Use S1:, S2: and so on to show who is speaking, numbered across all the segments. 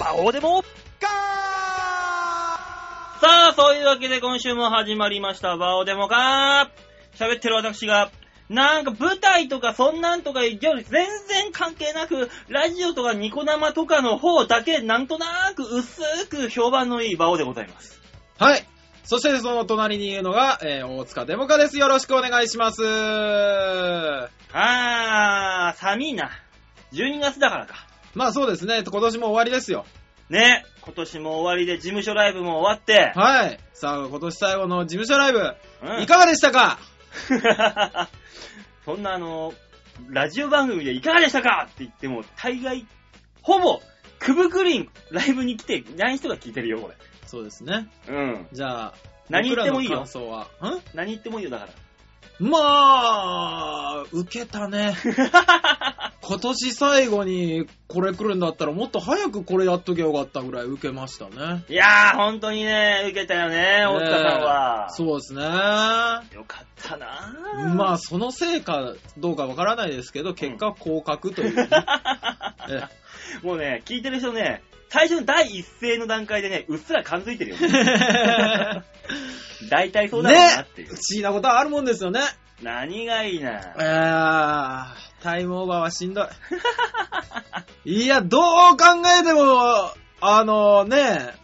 S1: バオでも
S2: ガ
S3: さあ、そういうわけで今週も始まりました、バオデモか喋ってる私が、なんか舞台とかそんなんとかより全然関係なく、ラジオとかニコ生とかの方だけなんとなく薄く評判のいいバオでございます。
S2: はい。そしてその隣にいるのが、えー、大塚デモカです。よろしくお願いします。
S3: あー、寒いな。12月だからか。
S2: まあそうですね、今年も終わりですよ。
S3: ね、今年も終わりで事務所ライブも終わって、
S2: はい。さあ、今年最後の事務所ライブ、
S3: うん
S2: いかがでしたか
S3: そんなあの、ラジオ番組でいかがでしたかって言っても、大概、ほぼ、くぶくりん、ライブに来てない人が聞いてるよ、こ
S2: そうですね。
S3: れ。うん。
S2: じゃあ、
S3: 何言ってもいいよ
S2: 僕らの感想は。ん
S3: 何言ってもいいよ、だから。
S2: まあ、受けた ね。今年最後にこれ来るんだったらもっと早くこれやっとけよかったぐらい受けましたね。
S3: いやー、本当にね、受けたよね、大塚さんは。
S2: そうですね。ま
S3: よかったなー
S2: あ、そのせいかどうかわからないですけど、結果降格とい う、ねええ
S3: もうね、聞いてる人ね、最初の第一声の段階でね、うっすら感づいてるよ ね。大体そうだろうなっていう。
S2: 不思議なことはあるもんですよね。
S3: 何がいいな
S2: えー、タイムオーバーはしんど い。いや、どう考えても、あのね、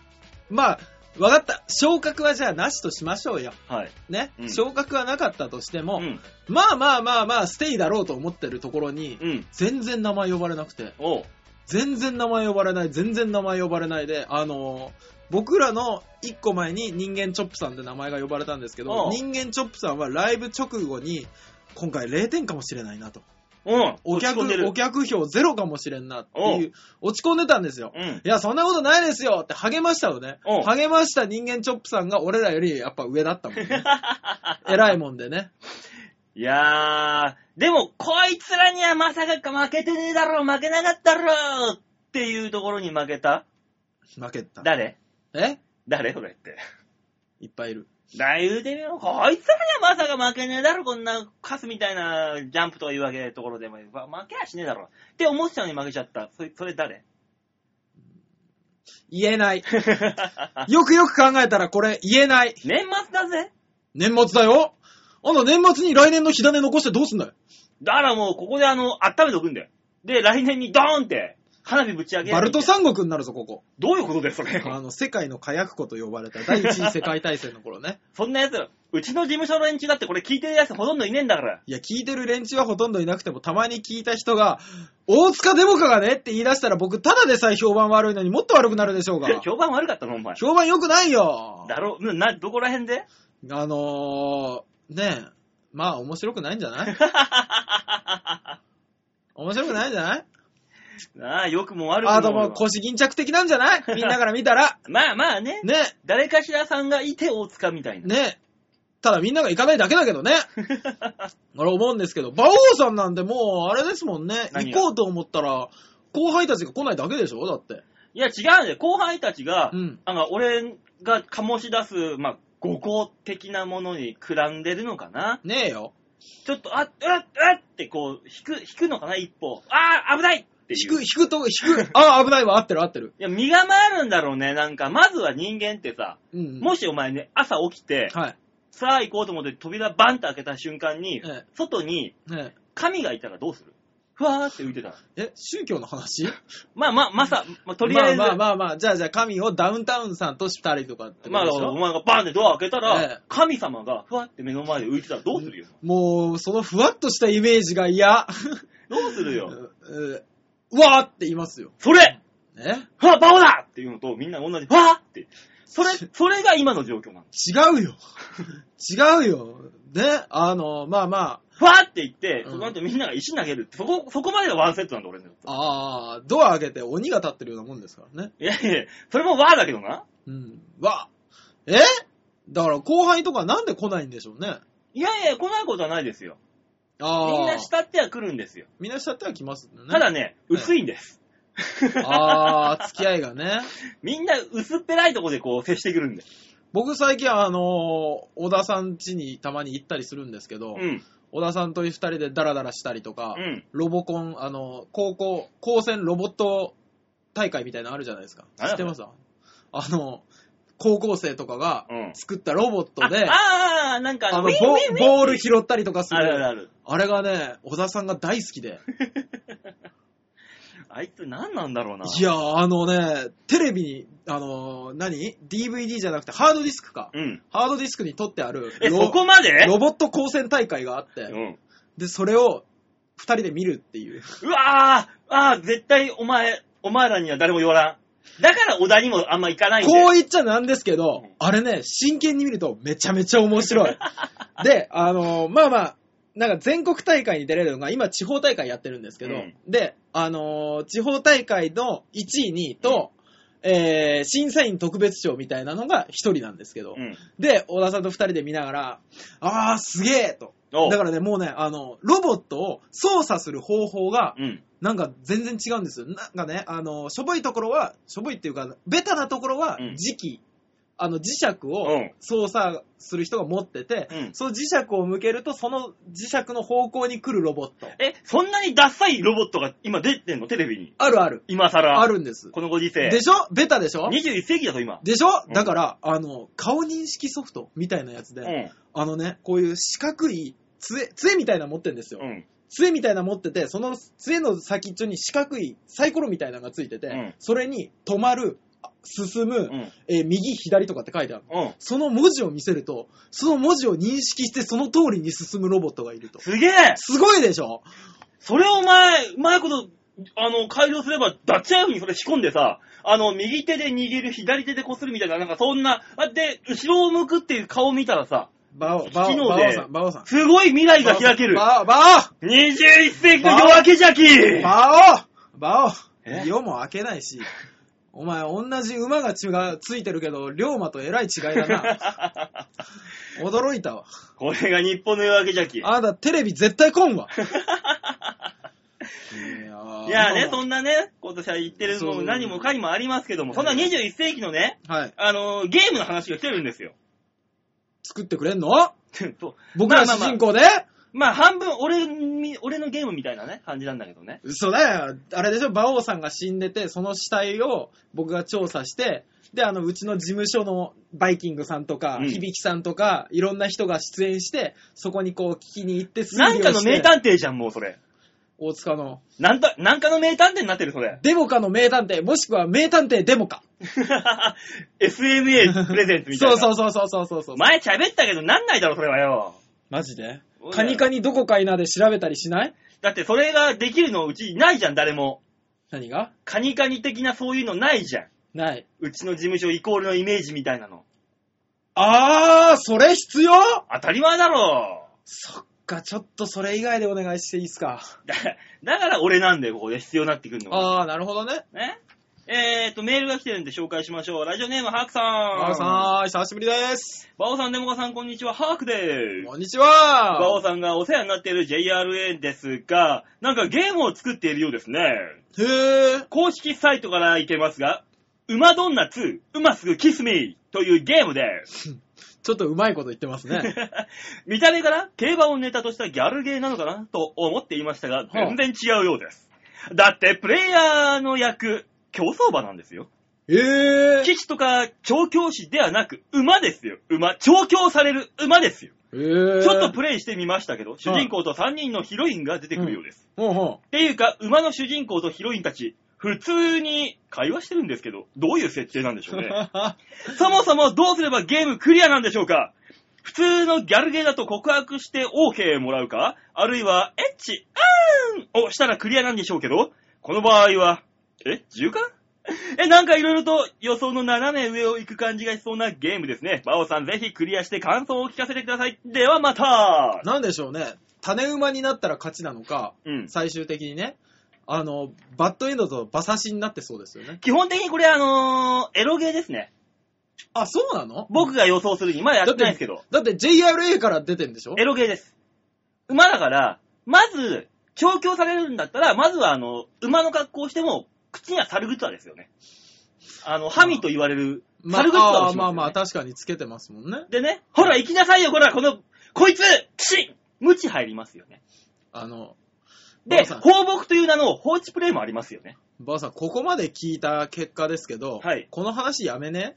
S2: まあ、わかった。昇格はじゃあなしとしましょうよ。
S3: はい。
S2: ね。
S3: うん
S2: 昇格はなかったとしても、
S3: うん。
S2: まあまあまあまあ、ステイだろうと思ってるところに、
S3: うん。
S2: 全然名前呼ばれなくて、
S3: おう。
S2: 全然名前呼ばれない、全然名前呼ばれないで、あの僕らの一個前に人間チョップさんで名前が呼ばれたんですけ
S3: お
S2: ど、
S3: う
S2: 人間チョップさんはライブ直後に、今回0点かもしれないなと。
S3: うん。
S2: お客
S3: 落ち込んで、る
S2: お客票ゼロかもしれんなっていう、落ち込んでたんですよ。
S3: うん。
S2: いや、そんなことないですよって励ましたのね。
S3: おう
S2: 励ました人間チョップさんが俺らよりやっぱ上だったもん ね。偉いもんでね。
S3: いやー、でも、こいつらにはまさか負けてねえだろ、負けなかったろっていうところに負けた
S2: 負けた。
S3: 誰
S2: え
S3: 誰それって。
S2: いっぱいいる。
S3: だ、言うてみよう。こいつらにはまさか負けねえだろ、こんなカスみたいなジャンプとかいうわけところでも、まあ負けはしねえだろ。って思ってたのに負けちゃった。それ、それ誰
S2: 言えない。
S3: 年末
S2: よくよく考えたらこれ言えない。
S3: だぜ。
S2: 年末だよあんた年末に来年の火種残してどうすんだよ
S3: だからもう、ここであの、温めとくんだよ。で、来年にドーンって、花火ぶち上げる
S2: バルト三国になるぞ、ここ。
S3: どういうことですかね。
S2: あの、世界の火薬庫と呼ばれた第一次世界大戦の頃ね。
S3: そんな奴ら、うちの事務所の連中だってこれ聞いてる奴ほとんどいねえんだから。。
S2: いや、聞いてる連中はほとんどいなくても、たまに聞いた人が、大塚デモカがねって言い出したら僕、ただでさえ評判悪いのにもっと悪くなるでしょうが
S3: 評判悪かったのお前。
S2: 評判良くないよ
S3: だろな、などこら辺で
S2: あのー、ねえ、まあ面白くないんじゃ ない面白くないんじゃない
S3: ああ、良くも悪くも。
S2: あともう腰巾着的なんじゃないみんなから見たら。
S3: まあまあね。
S2: ね
S3: 誰かしらさんがいて大塚みたい
S2: え、
S3: な。
S2: ねえ。ただみんなが行かないだけだけどね。俺思うんですけど、馬王さんなんてもうあれですもんね。
S3: 何
S2: 行
S3: が
S2: こうと思ったら、後輩たちが来ないだけでしょだって。
S3: いや違うんだよ。後輩たちが、
S2: うん。
S3: あの、俺が醸し出す、まあ、五行的なものにくらんでるのかな。
S2: ねえよ。
S3: ちょっと、あ、うっ、うっってこう、引く、引くのかな、一歩。ああ、危ないっていう。
S2: 引く、引くと、引く。ああ、危ないわ。合ってる合ってる。
S3: いや、身構えるんだろうね。なんか、まずは人間ってさ、
S2: うんうん。
S3: もしお前ね、朝起きて、
S2: はい。
S3: さあ行こうと思って扉バンって開けた瞬間に、
S2: え
S3: 外に
S2: え。ね
S3: 神がいたらどうするふわーって浮いてたら。
S2: え。え、宗教の話
S3: まあまあ、まさ、まあ、とりあえず、ま
S2: まあ
S3: あ、
S2: まあまあまあ、じゃあじゃあ神をダウンタウンさんとしたりとかってことでしょ
S3: お前がバンってドア開けたら、
S2: ええ
S3: 神様がふわって目の前で浮いてたらどうするよ。
S2: もう、そのふわっとしたイメージが嫌。
S3: どうする
S2: う
S3: よ。
S2: ううわーって言いますよ。
S3: それ
S2: ね
S3: ふわ、バオだっていうのと、みんな同じ、ふわって。それ、それが今の状況なの。
S2: 違うよ。違うよ。ね、あの、まあま
S3: ふわって言って、
S2: うん
S3: その後みんなが石投げるって、そこ、そこまでがワンセットなんだ俺の。
S2: あ、ああ、ドア開けて鬼が立ってるようなもんですからね。
S3: いやいや、それもわーだけどな。
S2: うん。わえだから後輩とかなんで来ないんでしょうね。
S3: いやいや、来ないことはないですよ。
S2: ああ。
S3: みんな慕っては来るんですよ。
S2: みんなしちゃっては来ますね。
S3: ただね、
S2: うん
S3: 薄いんです。
S2: ああ、付き合いがね。
S3: みんな薄っぺらいとこでこう接してくるんで。
S2: 僕最近あの、小田さん家にたまに行ったりするんですけど、
S3: うん。
S2: 小田さんと二人でダラダラしたりとか、
S3: うん。
S2: ロボコン、あの、高校、高専ロボット大会みたいなのあるじゃないですか。
S3: 何
S2: 知
S3: や
S2: ってますあの、高校生とかが
S3: うん
S2: 作ったロボット で、
S3: ああー、なんか、
S2: あの
S3: ウィンウィンウ
S2: ボ
S3: ィン、
S2: ボール拾ったりとかす
S3: あるある
S2: る。
S3: ある。
S2: あれがね、小田さんが大好きで。
S3: あいつ何なんだろうな。
S2: いやー、あのね、テレビに、あのー、何 ?DVD じゃなくてハードディスクか。
S3: うん。
S2: ハードディスクに取ってある
S3: え、
S2: ロ
S3: そこまで
S2: ロボット光線大会があって、
S3: うん。
S2: で、それを二人で見るっていう。
S3: うわーあー絶対お前、お前らには誰も言わらん。だから小田にもあんま行かないんで。
S2: こう言っちゃなんですけど
S3: うん、
S2: あれね、真剣に見るとめちゃめちゃ面 白い。で、あのーまあまあ、なんか全国大会に出れるのが、今地方大会やってるんですけど、
S3: うん
S2: で、あのー地方大会の1位、2位と、えー審査員特別賞みたいなのが1人なんですけど、
S3: うん。
S2: で、小田さんと2人で見ながら、あーすげえと。
S3: おう
S2: だからね、もうね、あの、ロボットを操作する方法が、
S3: うん。
S2: なんか全然違うんですよ。なんかね、あの、しょぼいところは、しょぼいっていうか、ベタなところは
S3: うん
S2: 磁気、あの磁石
S3: う
S2: を
S3: ん
S2: 操作する人が持ってて、
S3: うん
S2: その磁石を向けると、その磁石の方向に来るロボット。
S3: え、そんなにダッサいロボットが今出てんのテレビに。
S2: あるある。
S3: 今更。
S2: あ。るんです。
S3: このご時世。
S2: でしょベタでしょ
S3: ?21 世紀だぞ、今。
S2: でしょ、
S3: うん
S2: だから、あの、顔認識ソフトみたいなやつで、
S3: うん。
S2: あのね、こういう四角い杖、杖みたいなの持ってんですよ。
S3: うん。
S2: 杖みたいなの持ってて、その杖の先っちょに四角いサイコロみたいなのがついてて、
S3: うん
S2: それに止まる、あ進む、
S3: うん。
S2: えー右、左とかって書いてある。
S3: うん。
S2: その文字を見せると、その文字を認識してその通りに進むロボットがいると。
S3: すげえ
S2: すごいでしょ
S3: それをお前、うまいこと、あの、改良すれば、ダッチアイフにそれ仕込んでさ、あの、右手で握る、左手で擦るみたいな、なんかそんな、あで、後ろを向くっていう顔を見たらさ、
S2: バオ、バオ、
S3: 機能
S2: バ
S3: で
S2: オさん、バオさん。
S3: すごい未来が開ける。
S2: バオ、バ
S3: 21世紀の夜明けじゃき
S2: オ、バオ、バオ、
S3: え
S2: 夜も明けないし、お前、同じ馬が血がついてるけど、龍馬とえらい違いだな。 驚いたわ。
S3: これが日本の夜明けじゃき。い
S2: あなた、テレビ絶対来 んわ。い
S3: やね、
S2: ん
S3: そんなね、今年は言ってるのも何もかにもありますけども、そんな21世紀のね、
S2: はい。
S3: あの、ゲームの話が来てるん ですよ。
S2: 作ってくれんの
S3: そう
S2: 僕ら
S3: まあまあ
S2: 主
S3: まあ
S2: 人公で、
S3: まあ、半分、俺み、俺のゲームみたいなね、感じなんだけどね。
S2: 嘘だよ。あれでしょ、馬王さんが死んでて、その死体を僕が調査して、で、あの、うちの事務所のバイキングさんとか、
S3: うん
S2: 響さんとか、いろんな人が出演して、そこにこう聞きに行って、推理
S3: なんか
S2: を
S3: の
S2: して
S3: 名探偵じゃん、もうそれ。
S2: 大塚の、
S3: なんと、なんかの名探偵になってる、それ。
S2: デモカの名探偵、もしくは名探偵デモカ。
S3: SMA プレゼンツみたい
S2: そ
S3: な。
S2: うそうそうそうそうそうそう。
S3: 前喋ったけどなんないだろ、それはよ。
S2: マジでカニカニどこかいなで調べたりしない
S3: だってそれができるのうちないじゃん、誰も。
S2: 何が
S3: カニカニ的なそういうのないじゃん。
S2: ない。
S3: うちの事務所イコールのイメージみたいなの。
S2: あー、それ必要
S3: 当たり前だろ。
S2: そっか、ちょっとそれ以外でお願いしていいですか。
S3: だだから俺なんだよ、ここで必要になってくるのは。
S2: あー、なるほどね。
S3: ね。えーと、メールが来てるんで紹介しましょう。ラジオネーム、ハークさん。
S2: マオ
S3: ん。
S2: さん、久しぶりです。
S3: バオさん、デモカさん、こんにちは。ハークです。
S2: こんにち
S3: バオ
S2: は。
S3: さんがお世話になっている JRA ですが、なんかゲームを作っているようですね。
S2: へー。
S3: 公式サイトからいけますが、馬どんな2、馬すぐキスミーというゲームです。
S2: ちょっとうまいこと言ってますね。
S3: 見た目から競馬をネタとしたギャルゲーなのかなと思っていましたが、全然違うようです。だってプレイヤーの役、競走馬なんですよ。
S2: へー。
S3: 騎士とか調教師ではなく、馬ですよ。馬。調教される馬ですよ。
S2: へー。
S3: ちょっとプレイしてみましたけど、主人公と3人のヒロインが出てくるようです。
S2: ほうほ
S3: っていうか、馬の主人公とヒロインたち、普通に会話してるんですけど、どういう設定なんでし
S2: う。
S3: ょうね。そもそもどうすればゲームクリアなんでしょうか普通のギャルゲーだと告白して OK もらうかあるいは、エッチ、あーんをしたらクリアなんでしょうけど、この場合は、え、10かえ、なんかいろいろと予想の斜め上を行く感じがしそうなゲームですね。バオさんぜひクリアして感想を聞かせてください。ではまた
S2: なんでしょうね。種馬になったら勝ちなのか、
S3: うん。
S2: 最終的にね、あの、バッドエンドと馬刺しになってそうですよね。
S3: 基本的にこれあのーエロゲーですね。
S2: あ、そうなの
S3: 僕が予想するに、まだやってないんですけど、
S2: だって JRA から出てんでしょ
S3: エロゲーです。馬だから、まず、調教されるんだったら、まずはあの、馬の格好をしても、口には猿グッズですよね。あの、ハミと言われる、
S2: まあ
S3: 猿グッズ
S2: あ
S3: をしますよ
S2: ー
S3: ね
S2: まあまあ、確かにつけてますもんね。
S3: でね、ほら、行きなさいよ、ほら、この、こいつ、キシン無知入りますよね。
S2: あの、
S3: で、
S2: 馬場さん
S3: 放牧という名の放置プレイもありますよね。
S2: ばあさん、ここまで聞いた結果ですけど、
S3: はい
S2: この話やめね。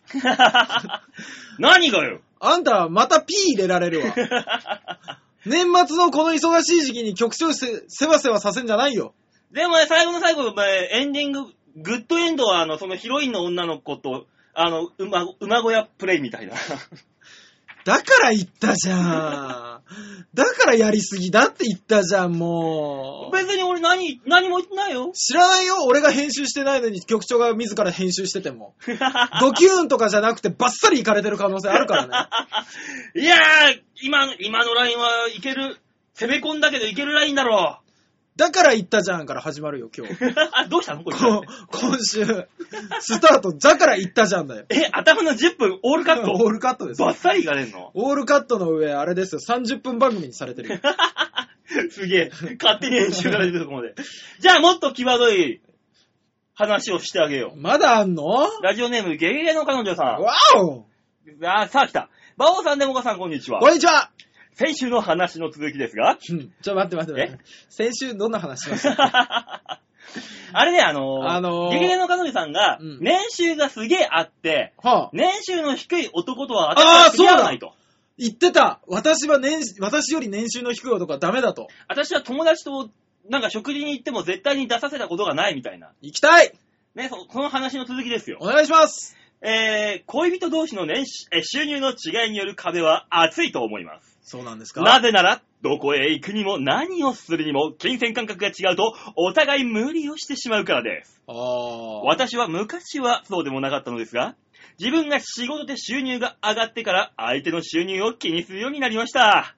S3: 何がよ
S2: あんた、また P 入れられ るわ。年末のこの忙しい時期に局長せ、せわせわさせんじゃないよ。
S3: でもね、最後の最後、えーエンディング、グッドエンドは、あの、そのヒロインの女の子と、あの、馬、馬小屋プレイみたいな。
S2: だから言ったじゃん。だからやりすぎだって言ったじゃん、もう。
S3: 別に俺何、何も言ってないよ。
S2: 知らないよ俺が編集してないのに局長が自ら編集してても。ドキューンとかじゃなくてバッサリいかれてる可能性あるからね。
S3: いやー、今の、今のラインはいける、攻め込んだけどいけるラインだろ
S2: だから言ったじゃんから始まるよ、今日。
S3: う。 どうしたのこれ。
S2: こ今週、スタート、だから言ったじゃんだよ。
S3: え、頭の10分オールカッ
S2: オー
S3: ト
S2: ルカットです。
S3: バッサリいかれんの
S2: オールカットの上、あれですよ、30分番組にされ てるよ。
S3: すげえ。勝手に編集から出てるとこまで。 じゃあもっと際どい話をしてあげよ
S2: まだあんのわ
S3: う。ラジオネームゲゲゲの彼女さん。
S2: お
S3: あ、さあ来た。バオさん、デモカさん、こんにちは
S2: こ。んにちは
S3: 先週の話の続きですが、
S2: うんちょ、待って待って待って。先週どんな話し まし た
S3: あれね、あのー、
S2: あのー
S3: ゲゲゲの彼女さんが
S2: うん、
S3: 年収がすげえあって、
S2: はあ、
S3: 年収の低い男とは私は付き合わないと。
S2: 言ってた私は年、私より年収の低い男はダメだと。
S3: 私は友達と、なんか食事に行っても絶対に出させたことがないみたいな。
S2: 行きたい
S3: ね、そこの話の続きですよ。
S2: お願いします
S3: えー、恋人同士の年収え収入の違いによる壁は厚いと思います。
S2: そうなんですか
S3: なぜなら、どこへ行くにも何をするにも金銭感覚が違うと、お互い無理をしてしまうからです。
S2: ああ。
S3: 私は昔はそうでもなかったのですが、自分が仕事で収入が上がってから相手の収入を気にするようになりました。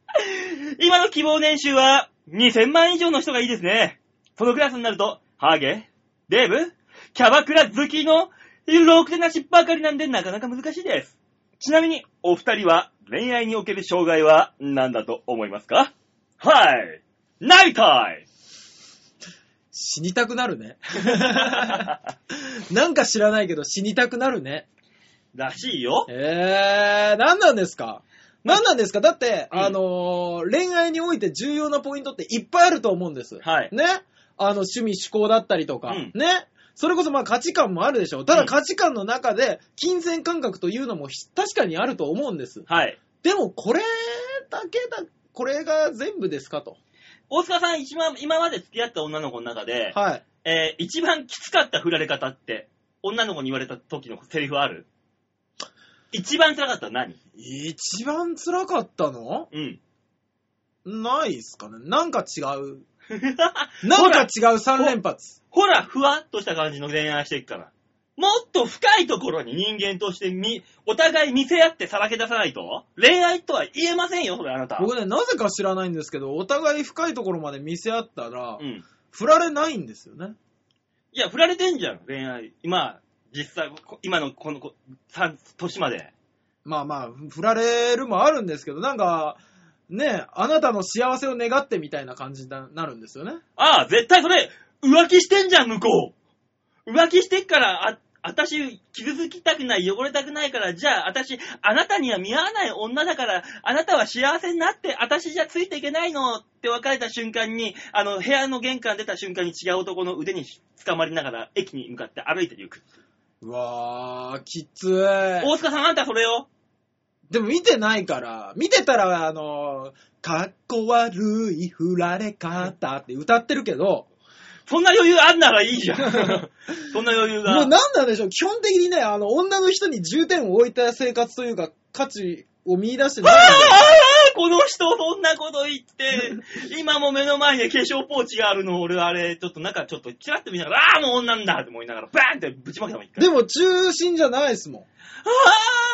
S3: 今の希望年収は2000万円以上の人がいいですね。そのクラスになると、ハゲ、デブ、キャバクラ好きのろくでなしばかりなんでなかなか難しいです。ちなみに、お二人は恋愛における障害は何だと思いますかはい。ないかい
S2: 死にたくなるね。なんか知らないけど死にたくなるね。
S3: らしいよ。
S2: えー、何なんですか何なんですかだって、
S3: うん
S2: あのー恋愛において重要なポイントっていっぱいあると思うんです。
S3: はい
S2: ねあの、趣味、趣向だったりとか、
S3: うん
S2: ねそれこそまあ価値観もあるでしょう。た
S3: う
S2: だ
S3: ん
S2: 価値観の中で、金銭感覚というのもひ確かにあると思うんです。
S3: はい。
S2: でも、これだけだ、これが全部ですかと。
S3: 大塚さん一番、今まで付き合った女の子の中で、
S2: はい。
S3: えー一番きつかった振られ方って、女の子に言われた時のセリフある一番辛かったの何
S2: 一番辛かったの
S3: うん。
S2: ないっすかね。なんか違 う。なんか違う3連発。
S3: ほら、ふわっとした感じの恋愛していくから。もっと深いところに人間としてみ、お互い見せ合ってさらけ出さないと恋愛とは言えませんよ、それあなた。
S2: 僕ね、なぜか知らないんですけど、お互い深いところまで見せ合ったら、
S3: うん。
S2: 振られないんですよね。
S3: いや、振られてんじゃん、恋愛。今、実際、こ今のこのこさ年まで。
S2: まあまあ、振られるもあるんですけど、なんか、ね、あなたの幸せを願ってみたいな感じにななるんですよね。
S3: ああ、絶対それ、浮気してんじゃん、向こう。浮気してっから、あ、私、傷つきたくない、汚れたくないから、じゃあ、私、あなたには見合わない女だから、あなたは幸せになって、私じゃついていけないのって別れた瞬間に、あの、部屋の玄関出た瞬間に違う男の腕に捕まりながら、駅に向かって歩いていく。
S2: うわー、きつい。
S3: 大塚さん、あんたそれよ。
S2: でも見てないから、見てたら、あの、かっこ悪い振られ方って歌ってるけど、
S3: そんな余裕あんならいい じゃん。そんな余裕
S2: もうな
S3: が
S2: ん。なんでしょう、基本的にね、あの、女の人に重点を置いた生活というか、価値を見出してないんだよ
S3: この人そんなこと言って、今も目の前に化粧ポーチがあるの、俺はあれ、ちょっと中ちょっとチラッと見ながら、ああ、もう女なんだって思いながら、バーンってぶちまけたもん、一回。
S2: でも中心じゃないですもん。
S3: あ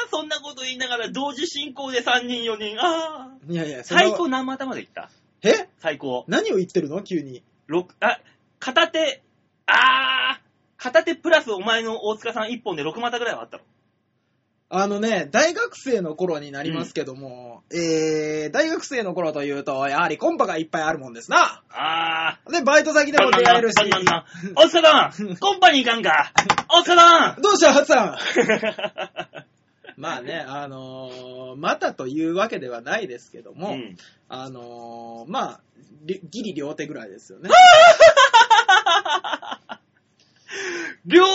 S3: あ、そんなこと言いながら、同時進行で3人、4人、ああ。
S2: いやいや、そんな
S3: 最高何股まで行った
S2: え
S3: 最高。
S2: 何を言ってるの急に。
S3: 六あ、片手、ああ、片手プラスお前の大塚さん1本で6股ぐらいはあったろ。
S2: あのね、大学生の頃になりますけども、えー、大学生の頃というと、やはりコンパがいっぱいあるもんですな。
S3: ああ。
S2: で、バイト先でも出会えるし。
S3: あんなんなん大塚さん、コンパに行かんか。大塚さん
S2: どうした、ハツさん
S3: う
S2: まあね、あのーまたというわけではないですけども、
S3: ん
S2: あのーまあ、りギリ両手ぐらいですよね。
S3: 両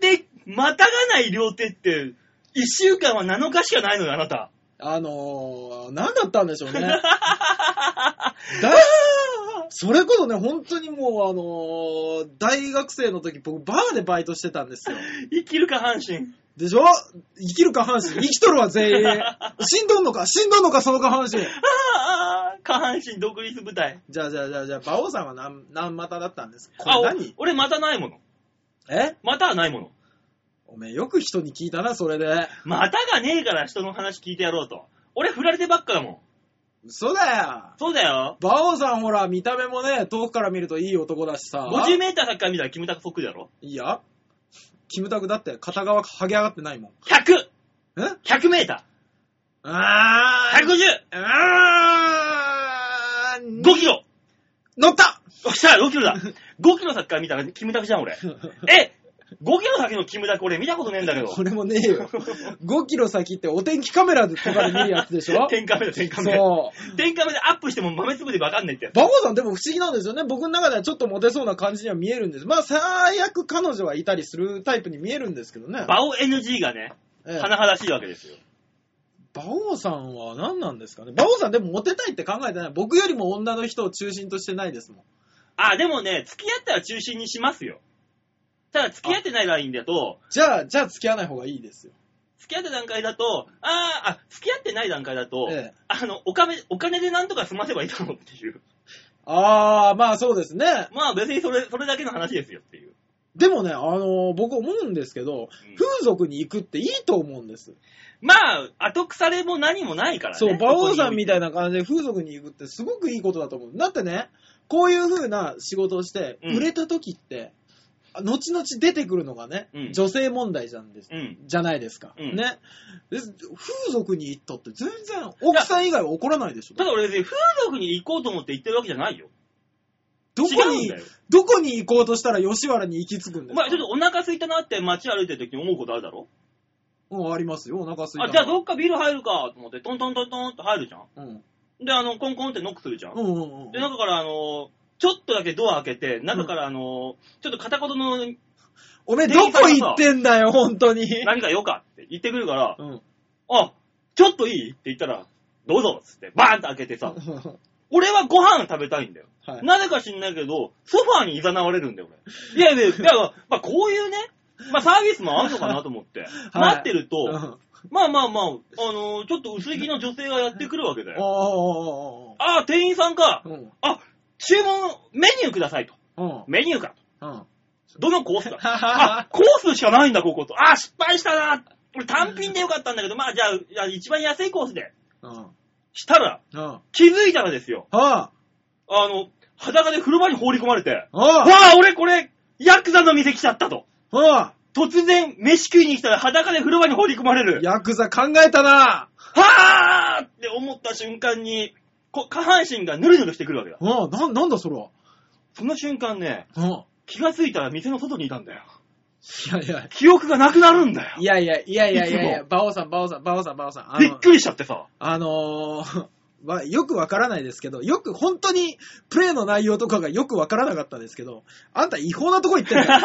S3: 手で、またがない両手って、一週間は7日しかないのよ、あな た。
S2: あのー、なんだったんでしょうね。だそれこそね、本当にもう、あのー大学生の時、僕、バーでバイトしてたんですよ。
S3: 生きるか、阪神。
S2: でしょ生きる下半身。生きとるわ、全 員。死んどんのか死んどんのか、その下半身。
S3: ああ、 下半身独立部隊。
S2: じゃあ、じゃあ、じゃあ、じゃあ、馬王さんは何、何股だったんですか
S3: あ、
S2: こ
S3: お
S2: れ何
S3: 俺またないもの。
S2: え
S3: またはないもの。
S2: おめえ、よく人に聞いたな、それで。
S3: またがねえから人の話聞いてやろうと。俺振られてばっかだもん。
S2: 嘘だよ。
S3: そうだよ。
S2: 馬王さん、ほら、見た目もね、遠くから見るといい男だしさ。
S3: 50メーター先から見たらキムタクそっくりだろ。
S2: いや、キムタクだって片側剥げ上がってないもん。
S3: 100!100
S2: え
S3: メータ
S2: あ
S3: ー !150!
S2: ーあー
S3: 5キロ
S2: 乗った
S3: おっしゃ、5キロ だ !5 キロ先から見たらキムタクじゃん、俺。え !5 キロ先のキムタク俺見たことねえんだけど。
S2: これもね えよ。5キロ先ってお天気カメラとかで見るやつでしょ
S3: 天カメだ、天カメ。
S2: そう。
S3: 天カメでアップしても豆粒でわかんねえってやつ。
S2: バオさんでも不思議なんですよね。僕の中ではちょっとモテそうな感じには見えるんです。まあ、最悪彼女はいたりするタイプに見えるんですけどね。
S3: バオ NG がね、
S2: ええ
S3: 甚だしいわけですよ。
S2: 馬王さんは何なんですかね馬王さんでもモテたいって考えてない。僕よりも女の人を中心としてないですもん。
S3: あ、でもね、付き合ったら中心にしますよ。ただ、付き合ってないラインだと、
S2: じゃあ、じゃあ付き合わない方がいいですよ。
S3: 付き合った段階だと、あーあ、付き合ってない段階だと、
S2: ええ
S3: あの、お金、お金でなんとか済ませばいいだろうっていう。
S2: ああ、まあそうですね。
S3: まあ別にそれ、それだけの話ですよっていう。
S2: でもね、あのー僕思うんですけど、
S3: うん
S2: 風俗に行くっていいと思うんです。
S3: まあ、後腐れも何もないからね。
S2: そう、馬王さんみた
S3: い
S2: いな感じで風俗に行くってすごくいいことだと思う。だってね、こういう風な仕事をして、
S3: うん
S2: 売れた時って、あ後々出てくるのがね、
S3: うん
S2: 女性問題じゃんです。
S3: うん。
S2: じゃないですか。
S3: うん
S2: ね。です風俗に行ったって全然奥さん以外は怒らないでしょ
S3: た。だ俺別に風俗に行こうと思って行ってるわけじゃないよ。
S2: どこ
S3: 違うん
S2: に
S3: だよ、
S2: どこに行こうとしたら吉原に行き着くんです
S3: ま
S2: か、
S3: あちょっとお腹空いたなって街歩いてる時に思うことあるだろ
S2: うん、ありますよ。お腹すいた
S3: あ、
S2: ら
S3: じゃあどっかビル入るかと思って、トントントントンと入るじゃん。
S2: うん。
S3: で、あの、コンコンってノックするじゃん。
S2: うんうんうん。
S3: で、中からあの、ちょっとだけドア開けて、中からあの、ちょっと片言の
S2: おめえどこ行ってんだよ、本当に。
S3: 何かよかって言ってくるから、
S2: うん。
S3: あ、ちょっといいって言ったら、どうぞっつって、バーンって開けてさ、俺はご飯食べたいんだよ。
S2: はい。
S3: なぜか知んないけど、ソファーに誘われるんだよ、俺。いやいや、いやまあ、こういうね、まあ、サービスもあるのかなと 思って、待ってると、
S2: うん
S3: まあまあまあ、あのーちょっと薄着の女性がやってくるわけだよ。
S2: おーおーおーおー
S3: ああ、店員さんか、
S2: うん。
S3: あ、注文、メニューくださいと。
S2: うん。
S3: メニューか。
S2: うん。
S3: どのコース か。
S2: はは
S3: あ
S2: は、
S3: コースしかないんだ、ここと。あ、失敗したな。俺単品でよかったんだけど、まあじゃあ、じゃあ一番安いコースで。
S2: うん。
S3: したら、
S2: うん。は
S3: 気づいたらですよ。
S2: あ。
S3: あの、裸で風呂場に放り込まれて、わ
S2: はあ。
S3: あ、俺これ、ヤクザの店来ちゃったと。
S2: はあ。
S3: 突然、飯食いに来たら裸で風呂場に放り込まれる。
S2: ヤクザ考えたな。
S3: はあって思った瞬間に、こ下半身がぬるぬるしてくるわけだ。
S2: うん。な、なんだそれは。
S3: その瞬間ね、
S2: うん。
S3: 気がついたら店の外にいたんだよ。
S2: いやいや。
S3: 記憶がなくなるんだよ。
S2: いやいや、いやいや
S3: い
S2: いやい
S3: つ
S2: や、バオさん、バオさん、バオさん、バオさん。あ
S3: びっ
S2: の、
S3: くりしちゃって さ。
S2: あのー わよくわからないですけど、よく本当にプレイの内容とかがよくわからなかったですけど、あんた違法なとこ行ってんだよ。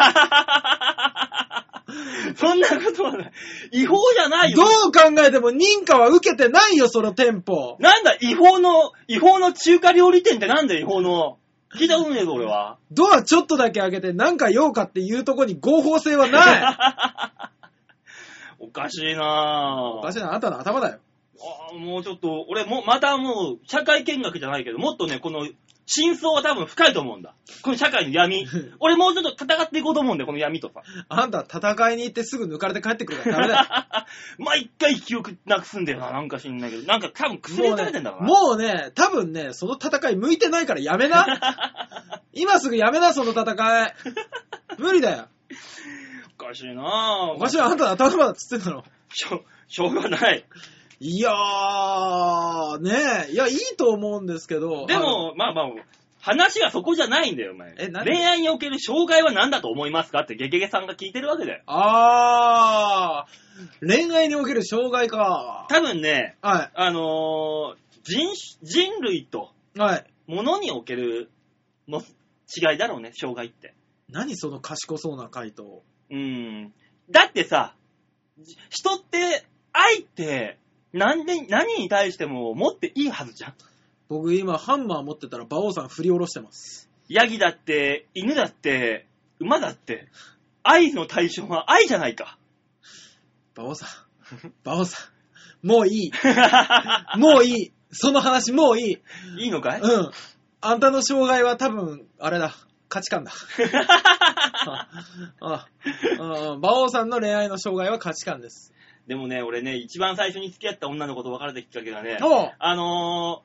S3: そんなことはない。違法じゃないよ
S2: どう。考えても認可は受けてないよ、その店舗。
S3: なんだ、違法の、違法の中華料理店ってなんだよ、違法の。聞いたことねえぞ、俺は。
S2: ドアちょっとだけ開けて、なんか用かっていうとこに合法性はない。
S3: おかしいな ぁ。
S2: 私のあなたの頭だよ。
S3: あーもうちょっと、俺も、またもう、社会見学じゃないけど、もっとね、この、真相は多分深いと思うんだ。この社会の闇。 俺もうちょっと戦っていこうと思うんだよ、この闇とさ。
S2: あんた戦いに行ってすぐ抜かれて帰ってくるからダメ だよ。
S3: 毎回記憶なくすんだよな、なんか知んないけど。なんか多分薬
S2: もう
S3: 打たれて
S2: ね
S3: んだろうな。
S2: もうね、多分ね、その戦い向いてないからやめな。 今すぐやめな、その戦い。無理だよ。
S3: おかしいなぁ。
S2: おかしいのはあんたの頭だっつってんだろ。
S3: しょ、しょうがない。
S2: いやー、ねえ、いや、いいと思うんですけど。
S3: で
S2: あの、
S3: も、まあまあ、話はそこじゃないんだよ、お前。
S2: え何
S3: 恋愛における障害は何だと思いますかってゲゲゲさんが聞いてるわけだよ。
S2: あー、恋愛における障害か。
S3: 多分ね、
S2: は
S3: あのー人種、人類と
S2: い。はい。
S3: 物におけるの違いだろうね、障害って。
S2: 何その賢そうな回答。
S3: うん。だってさ、じ人って、愛って、何で、何に対しても持っていいはずじゃん。
S2: 僕今ハンマー持ってたら馬王さん振り下ろしてます。
S3: ヤギだって、犬だって、馬だって、愛の対象は愛じゃないか。
S2: 馬王さ ん。馬王さん。もう いい。もういい。その話もういい。
S3: いいのかい
S2: うん。あんたの障害は多分、あれだ。価値観 だ。あああ馬王さんの恋愛の障害は価値観です。
S3: でもね、俺ね、一番最初に付き合った女の子と別れたきっかけがね、
S2: おう
S3: あの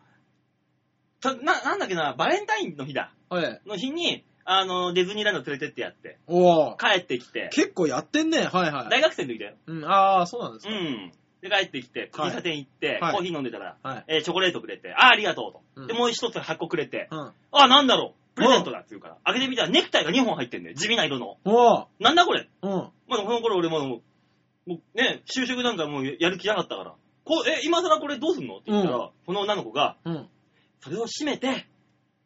S3: ーたな、なんだっけな、バレンタインの日だ。
S2: はい。
S3: の日に、あのーディズニーランド連れてってやって、
S2: おう
S3: 帰ってきて、
S2: 結構やってんね。はいはい。
S3: 大学生の時だよ。
S2: うん、ああ、そうなんです
S3: う
S2: か。
S3: ん。で、帰ってきて、
S2: はい
S3: 喫茶店行って、
S2: はい
S3: コーヒー飲んでたら、
S2: はい。
S3: えーチョコレートくれて、あー、ありがとうと。
S2: うん
S3: で、もう一つ箱くれて、
S2: うん。
S3: あ、なんだろう、プレゼントだって言うから、開けてみたらネクタイが2本入ってんだよ。地味な色の。
S2: おう
S3: なんだこれ
S2: うん。
S3: まあ、この頃俺まだもう、もうね、就職なんかもうやる気なかったから、こう、え、今更これどうすんのって言ったら、
S2: う
S3: この女の子が、
S2: うん。
S3: それを閉めて、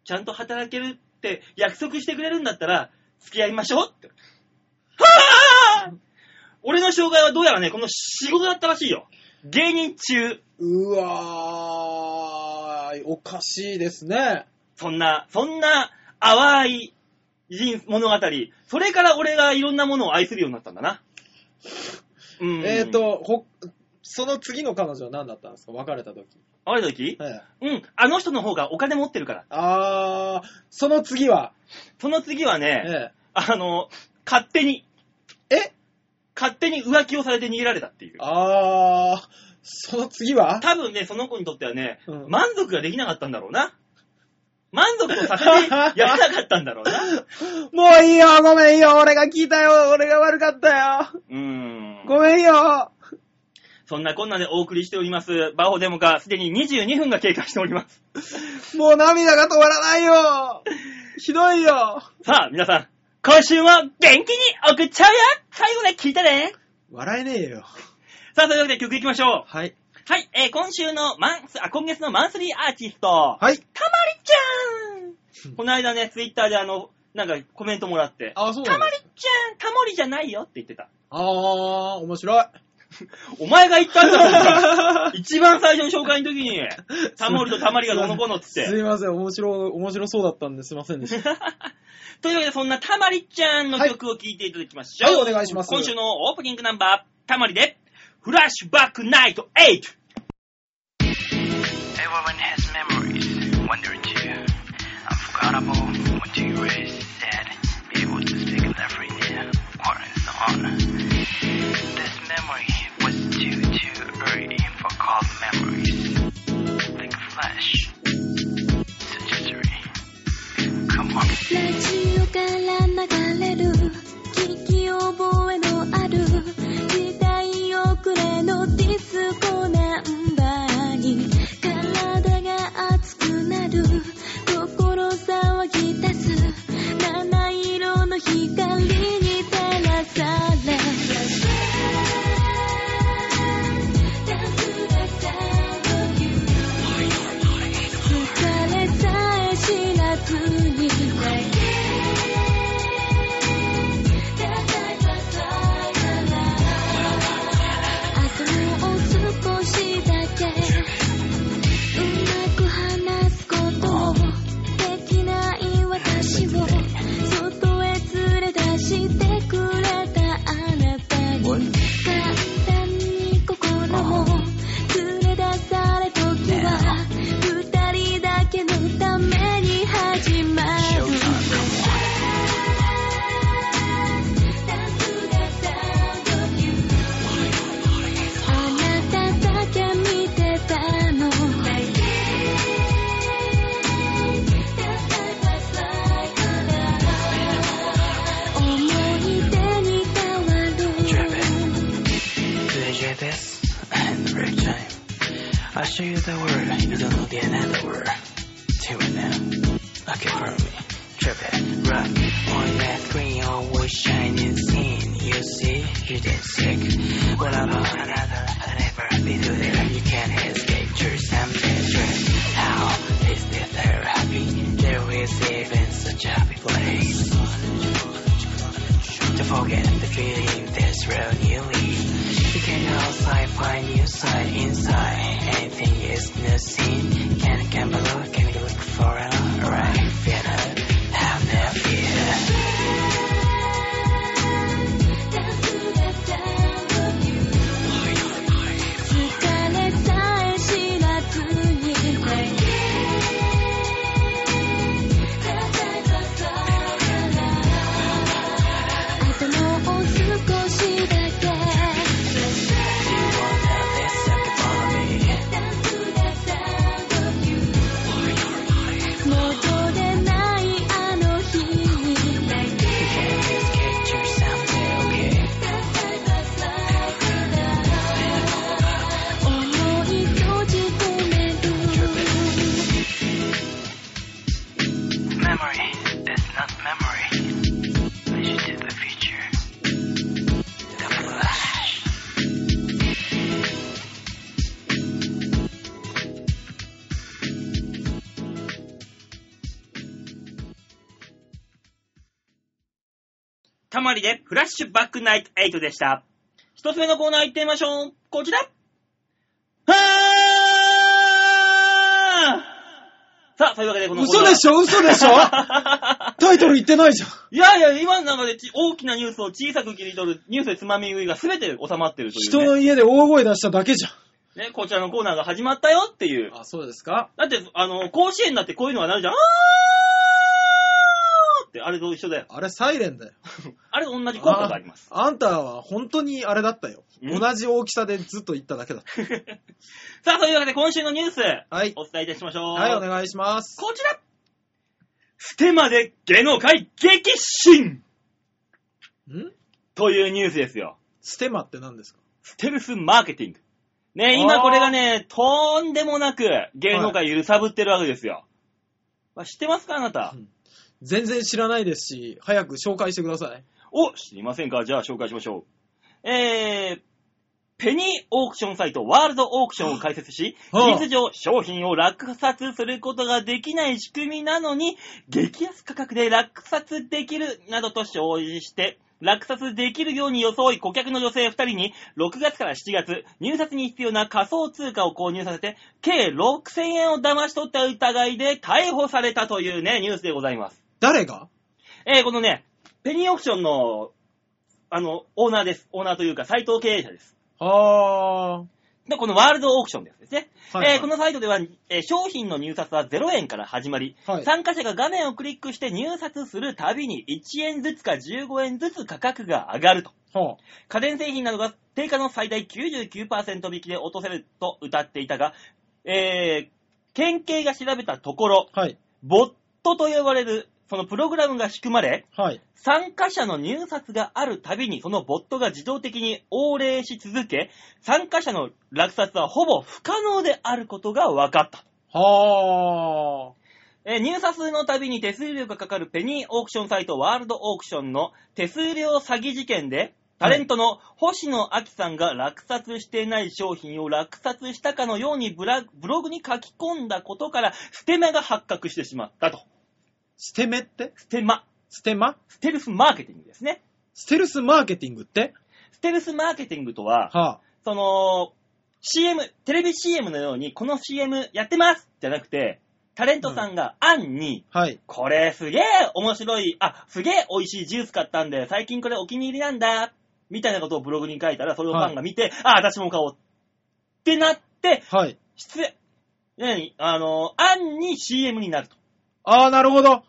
S3: ちゃんと働けるって約束してくれるんだったら、付き合いましょうって。はぁ俺の障害はどうやらね、この仕事だったらしいよ。芸人中。
S2: うわー、おかしいですね。
S3: そんな、そんな淡い人物語。それから俺がいろんなものを愛するようになったんだな。うん。
S2: えー、。と、ほ、その次の彼女は何だったんですか別れた時。
S3: あれだき
S2: ええ
S3: うん。あの人の方がお金持ってるから。
S2: あー、その次は、
S3: その次はね、
S2: え
S3: あの、勝手に、
S2: ええ
S3: 勝手に浮気をされて逃げられたっていう。
S2: あー、その次は
S3: 多分ね、その子にとってはね、
S2: うん
S3: 満足ができなかったんだろうな。満足をさせてやれなかったんだろう な。
S2: もういいよ、ごめんよ、俺が聞いたよ、俺が悪かったよ。
S3: うーん。
S2: ごめんよ。
S3: そんなこんなでお送りしております。バホデモがすでに22分が経過しております。
S2: もう涙が止まらないよ。ひどいよ。
S3: さあ、皆さん、今週も元気に送っちゃうよ最後まで聞いてね
S2: 笑えねえよ。
S3: さあ、というわけで曲いきましょう。
S2: はい。
S3: はい、えー、今週のマンス、あ、今月のマンスリーアーティスト、
S2: はい。
S3: たまりちゃんこの間ね、ツイッターであの、なんかコメントもらって、
S2: あ、そう
S3: た
S2: なん
S3: まり
S2: です
S3: ちゃん、タモリじゃないよって言ってた。
S2: あー、面白い。
S3: お前が言ったんだ ろ一番最初の紹介の時に、タモリとタマリがどうのこうのっつっ
S2: す
S3: て。
S2: いません、面白い、面白そうだったんですいませんでした。
S3: というわけで、そんなタマリちゃんの曲を聴いていただきましょう。
S2: はいお願いします
S3: 今週のオープニングナンバー、タマリで、フラッシュバックナイト 8!
S1: Everyone has memories, wonder too. Unforgettable, what you erase that be able to speak every day, or and so on. This memory was too too early for cold memories. Like a flash. Suggestory. Come on.
S4: ラジオから流れる聞き覚えのある時代遅れのディスコナンバーに体が熱くなる心騒ぎ出す七色の光に照らされ疲れさえ知らずに「ただいまさよなら」「あともう少しだけ」「うまく話すこともできない私を」「外へ連れ出してくれたあなたに」「簡単に心も連れ出され時は」「二人だけのために始まる」「あなただけのために」
S1: Today hear this and break time. I show you the word, you don't know the another word. Tune it now. Okay, follow me. Trip it, rock. On that screen, always shining scene. You see, you did sick. What about another? I never be to there. You can't escape. Choose something. How is this therapy? is even such a happy place. To forget the feeling that's round you leave. You can outside find new side inside. Anything is new seen. Can can be look, can you look for a right feel it. Have no fear.
S4: れさえ知らずにあともう少しだけ
S1: Do you want to have this? You can follow me.
S4: 戻れないあの日に
S1: You can just get yourself to okay.
S4: 思い閉じ込める
S1: Memory is not memory. Vision to the future. The flash.
S3: たまりでフラッシュバックナイト8でした。一つ目のコーナー行ってみましょう。こちらはーさあ、というわけ でこのコー
S2: 嘘
S3: ナー。
S2: でしょ嘘でしょタイトル言ってないじゃん。
S3: いやいや、今の中でち大きなニュースを小さく切り取るニュースでつまみ食いが全て収まってるという
S2: 人
S3: ね、
S2: の家で大声出しただけじゃん。
S3: ね、こちらのコーナーが始まったよっていう。
S2: あ、そうですか
S3: だって、あの、甲子園だってこういうのがなるじゃん。あーって、あれと一緒だよ。
S2: あれ、サイレンだよ。
S3: あれと同じ効果があります。
S2: あんたは本当にあれだったよ。
S3: ん
S2: 同じ大きさでずっと言っただけだっ
S3: さあ、というわけで今週のニュース、
S2: た。はい。
S3: お伝えいたしましょう。
S2: はい、お願いします。
S3: こちらステマで芸能界激震
S2: ん
S3: というニュースですよ。
S2: ステマって何ですか
S3: ステルスマーケティング。ね、今これがね、とんでもなく芸能界揺さぶってるわけですよ。まあ知ってますかあなた
S2: うん。全然知らないですし、早く紹介してください。
S3: お、知りませんかじゃあ紹介しましょう。えー、ペニーオークションサイト、ワールドオークションを開設し、
S2: はあ
S3: 事実上商品を落札することができない仕組みなのに、激安価格で落札できるなどと表示して、落札できるように装い顧客の女性2人に6月から7月、入札に必要な仮想通貨を購入させて、計6000円を騙し取った疑いで逮捕されたというね、ニュースでございます。
S2: 誰が
S3: えーこのね、ペニーオークションの、あの、オーナーです。オーナーというか、斎藤経営者です。
S2: は
S3: で、このワールドオークションですね。
S2: ー。は
S3: え
S2: い、
S3: ーこのサイトでは、えー商品の入札は0円から始まり、
S2: はい
S3: 参加者が画面をクリックして入札するたびに1円ずつか15円ずつ価格が上がると。
S2: は
S3: 家電製品などが定価の最大99%引きで落とせると歌っていたが、えー県警が調べたところ、
S2: あはい。
S3: ボットと呼ばれる、そのプログラムが仕組まれ、
S2: はい。
S3: 参加者の入札があるたびに、そのボットが自動的に横令し続け、参加者の落札はほぼ不可能であることが分かった。
S2: は
S3: えー入札のたびに手数料がかかるペニーオークションサイトワールドオークションの手数料詐欺事件で、タレントの星野亜紀さんが落札していない商品を落札したかのようにブラブログに書き込んだことから、ステマが発覚してしまったと。
S2: ー。ステメって
S3: ステマ。
S2: ステマ
S3: ステルスマーケティングですね。
S2: ステルスマーケティングって
S3: ステルスマーケティングとは、
S2: は
S3: その、CM、テレビ CM のように、この CM やってますじゃなくて、タレントさんが案に、
S2: あ。はい。
S3: これすげえ面白い、あ、すげえ美味しいジュース買ったんで、最近これお気に入りなんだ、みたいなことをブログに書いたら、それをファンが見て、あ、私も買おうってなって、
S2: はい。
S3: 失礼。何あの、案に CM になると。
S2: ああ、なるほど。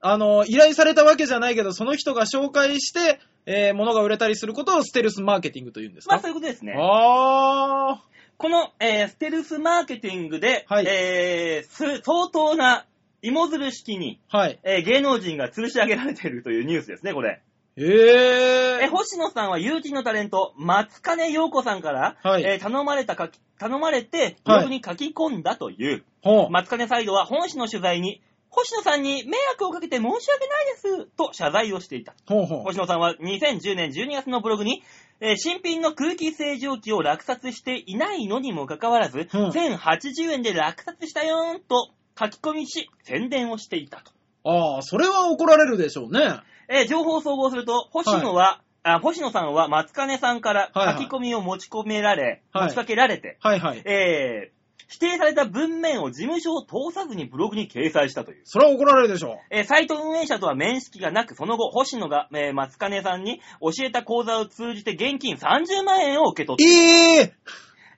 S2: あの、依頼されたわけじゃないけど、その人が紹介して、えー、物が売れたりすることをステルスマーケティングというんです
S3: まあ
S2: か
S3: そういうことですね。
S2: ああ。
S3: この、えーステルスマーケティングで、
S2: はい
S3: えーす相当な芋づる式に、
S2: はい。
S3: えー芸能人が吊るし上げられているというニュースですね、これ。
S2: え
S3: え、
S2: えー。
S3: 星野さんは友人のタレント、松金陽子さんから、
S2: はい
S3: えー頼まれた書き、頼まれて、ブログに書き込んだという、
S2: ほう。
S3: 松金サイドは本誌の取材に、星野さんに迷惑をかけて申し訳ないです、と謝罪をしていた。
S2: ほうほう。
S3: 星野さんは2010年12月のブログに、えー新品の空気清浄機を落札していないのにもかかわらず、
S2: うん
S3: 1080円で落札したよーんと書き込みし、宣伝をしていたと。
S2: ああ、それは怒られるでしょうね。
S3: えー情報を総合すると、星野は、あ星野さんは松金さんから
S2: はいはい
S3: 書き込みを持ち込められ、
S2: はい
S3: 持ちかけられて、
S2: はいはい。
S3: えー指定された文面を事務所を通さずにブログに掲載したという。
S2: それは怒られるでしょう。
S3: えーサイト運営者とは面識がなく、その後、星野が、えー松金さんに教えた講座を通じて現金30万円を受け取った。
S2: ええ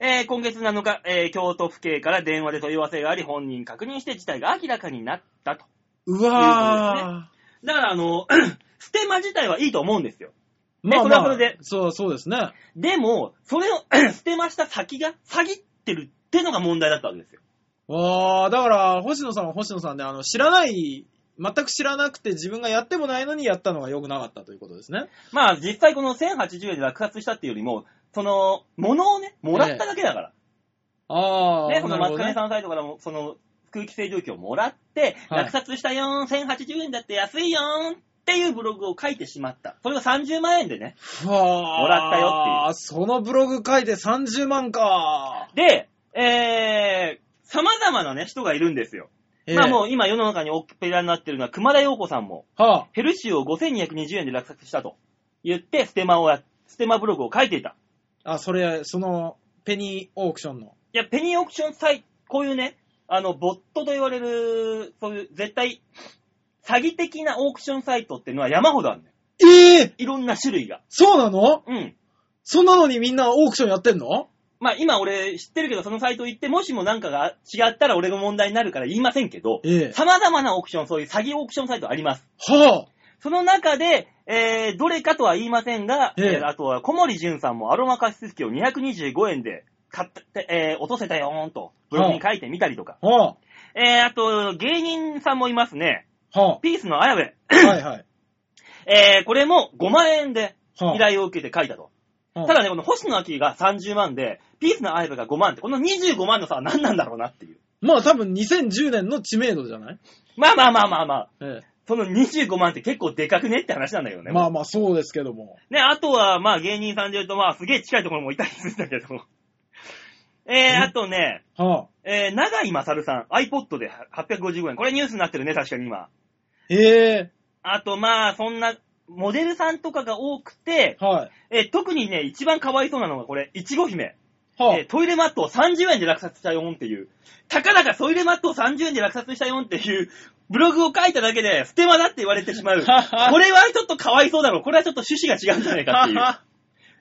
S3: えー今月7日、えー京都府警から電話で問い合わせがあり、本人確認して事態が明らかになったと。
S2: うわぁ。
S3: だから、あの、 ステマ自体はいいと思うんですよ。ね
S2: まあ
S3: それは
S2: ま
S3: それ
S2: あ
S3: で、
S2: そう、そうですね。
S3: でも、それを ステマした先が詐欺ってるってのが問題だったわけですよ。
S2: ああ、だから、星野さんは星野さんで、あの、知らない、全く知らなくて自分がやってもないのにやったのが良くなかったということですね。
S3: まあ、実際この1080円で落札したっていうよりも、その、物をね、もらっただけだから。
S2: ああ、
S3: ね、その
S2: な
S3: 松
S2: るほど
S3: 金
S2: ね
S3: さんのサイトからも、その、空気清浄機をもらって、
S2: はい
S3: 落札したよーん、1080円だって安いよーんっていうブログを書いてしまった。それが30万円でね。
S2: ふわー
S3: もらったよって
S2: そのブログ書いて30万か。
S3: で、えー、様々なね、人がいるんですよ。
S2: ええ
S3: まあもう今世の中にオペラになってるのは熊田陽子さんも、
S2: はあ、
S3: ヘルシーを5220円で落札したと言って、ステマをや、ステマブログを書いていた。
S2: あ、それ、その、ペニーオークションの。
S3: いや、ペニーオークションサイト、こういうね、あの、ボットと言われる、そういう絶対、詐欺的なオークションサイトっていうのは山ほどあるね。
S2: ええ
S3: いろんな種類が。
S2: そうなの
S3: うん。
S2: そんなのにみんなオークションやってんの
S3: まあ今俺知ってるけど、そのサイト行って、もしもなんかが違ったら俺が問題になるから言いませんけど、
S2: ええ
S3: 様々なオークション、そういう詐欺オークションサイトあります。
S2: はあ。
S3: その中で、えー、どれかとは言いませんが、
S2: ええ
S3: えーあとは小森淳さんもアロマ加湿器を225円で買って、えー、落とせたよーんと、ブログに書いてみたりとか。
S2: は
S3: えー、あと、芸人さんもいますね。
S2: あ。は
S3: ピースの綾部。
S2: あ。はいはい。
S3: えー、これも5万円で
S2: はあ。
S3: 依頼を受けて書いたと。
S2: はあ
S3: ただね、この星野明が30万で、ピースの綾部が5万って、この25万の差は何なんだろうなっていう。
S2: まあ多分2010年の知名度じゃない、
S3: まあまあまあまあまあ、
S2: え
S3: その25万って結構でかくねって話なんだけど
S2: え
S3: ね。
S2: まあまあそうですけども。
S3: ね、あとは、まあ芸人さんで言うと、まあすげえ近いところもいたりするんだけど。 えー、あとね、
S2: はあ。
S3: えー、長井勝さん、iPod で855円。これニュースになってるね、確かに今。
S2: ええ
S3: あと、まあ、そんな、モデルさんとかが多くて、
S2: はい。
S3: えー特にね、一番かわいそうなのがこれ、いちご姫。
S2: はあ。
S3: えートイレマットを30円で落札したよんっていう。たかだかトイレマットを30円で落札したよんっていう、ブログを書いただけで、ステマだって言われてしまう。これはちょっとかわいそうだろう。これはちょっと趣旨が違うんじゃ ないかっ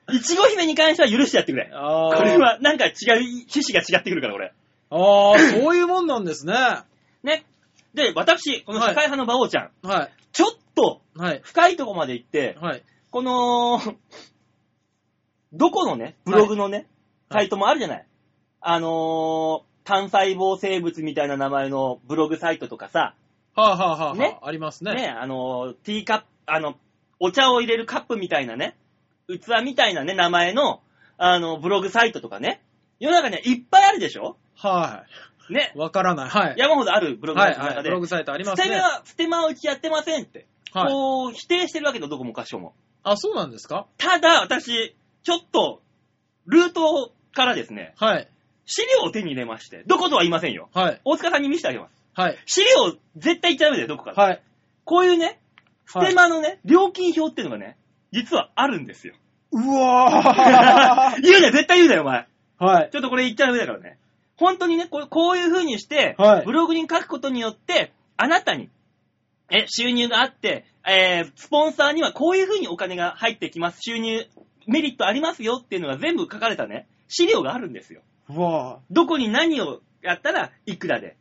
S3: ていう。 いちご姫に関しては許してやってくれ。
S2: あ
S3: こ
S2: ー
S3: れ。はなんか違う、趣旨が違ってくるから、俺。
S2: ああ、そういうもんなんですね。は
S3: ね。で、私、この社会派の馬王ちゃん、ちょっと
S2: い。はい。
S3: 深いとこまで行って、
S2: はい。
S3: この、 どこのね、ブログのね、
S2: はい
S3: サイトもあるじゃない。あのー、単細胞生物みたいな名前のブログサイトとかさ、
S2: はあはあはあはあ、
S3: ね
S2: ありますね。
S3: ね、あのー、ティーカップ、あの、お茶を入れるカップみたいなね、器みたいなね、名前の、あの、ブログサイトとかね、世の中にはいっぱいあるでしょ
S2: は
S3: ね、
S2: い。わからない。はい。
S3: 山ほどあるブログの
S2: はい、
S3: 中
S2: はい。
S3: で、
S2: ブログサイトありま
S3: ス
S2: す
S3: テマ
S2: ね。
S3: は、ステマをうちやってませんって、
S2: はい。
S3: こう否定してるわけのどこもかしこも。
S2: あ、そうなんですか
S3: ただ、私、ちょっと、ルートからですね、
S2: はい。
S3: 資料を手に入れまして、どことは言いませんよ。
S2: はい。
S3: 大塚さんに見せてあげます。
S2: はい。
S3: 資料、絶対言っちゃダメだよ、どこから。
S2: はい。
S3: こういうね、ス
S2: はい
S3: テマのね、料金表っていうのがね、実はあるん ですよ。
S2: うわ
S3: 言うなよ、絶対言うなよ、お前。
S2: ー はい。
S3: ちょっとこれ言っちゃダメだからね。本当にね、これこういう風にして、
S2: はい
S3: ブログに書くことによって、あなたに、え、収入があって、えースポンサーにはこういう風にお金が入ってきます。収入、メリットありますよっていうのが全部書かれたね、資料があるんですよ。
S2: うわ
S3: どこに何をやったらいくらで。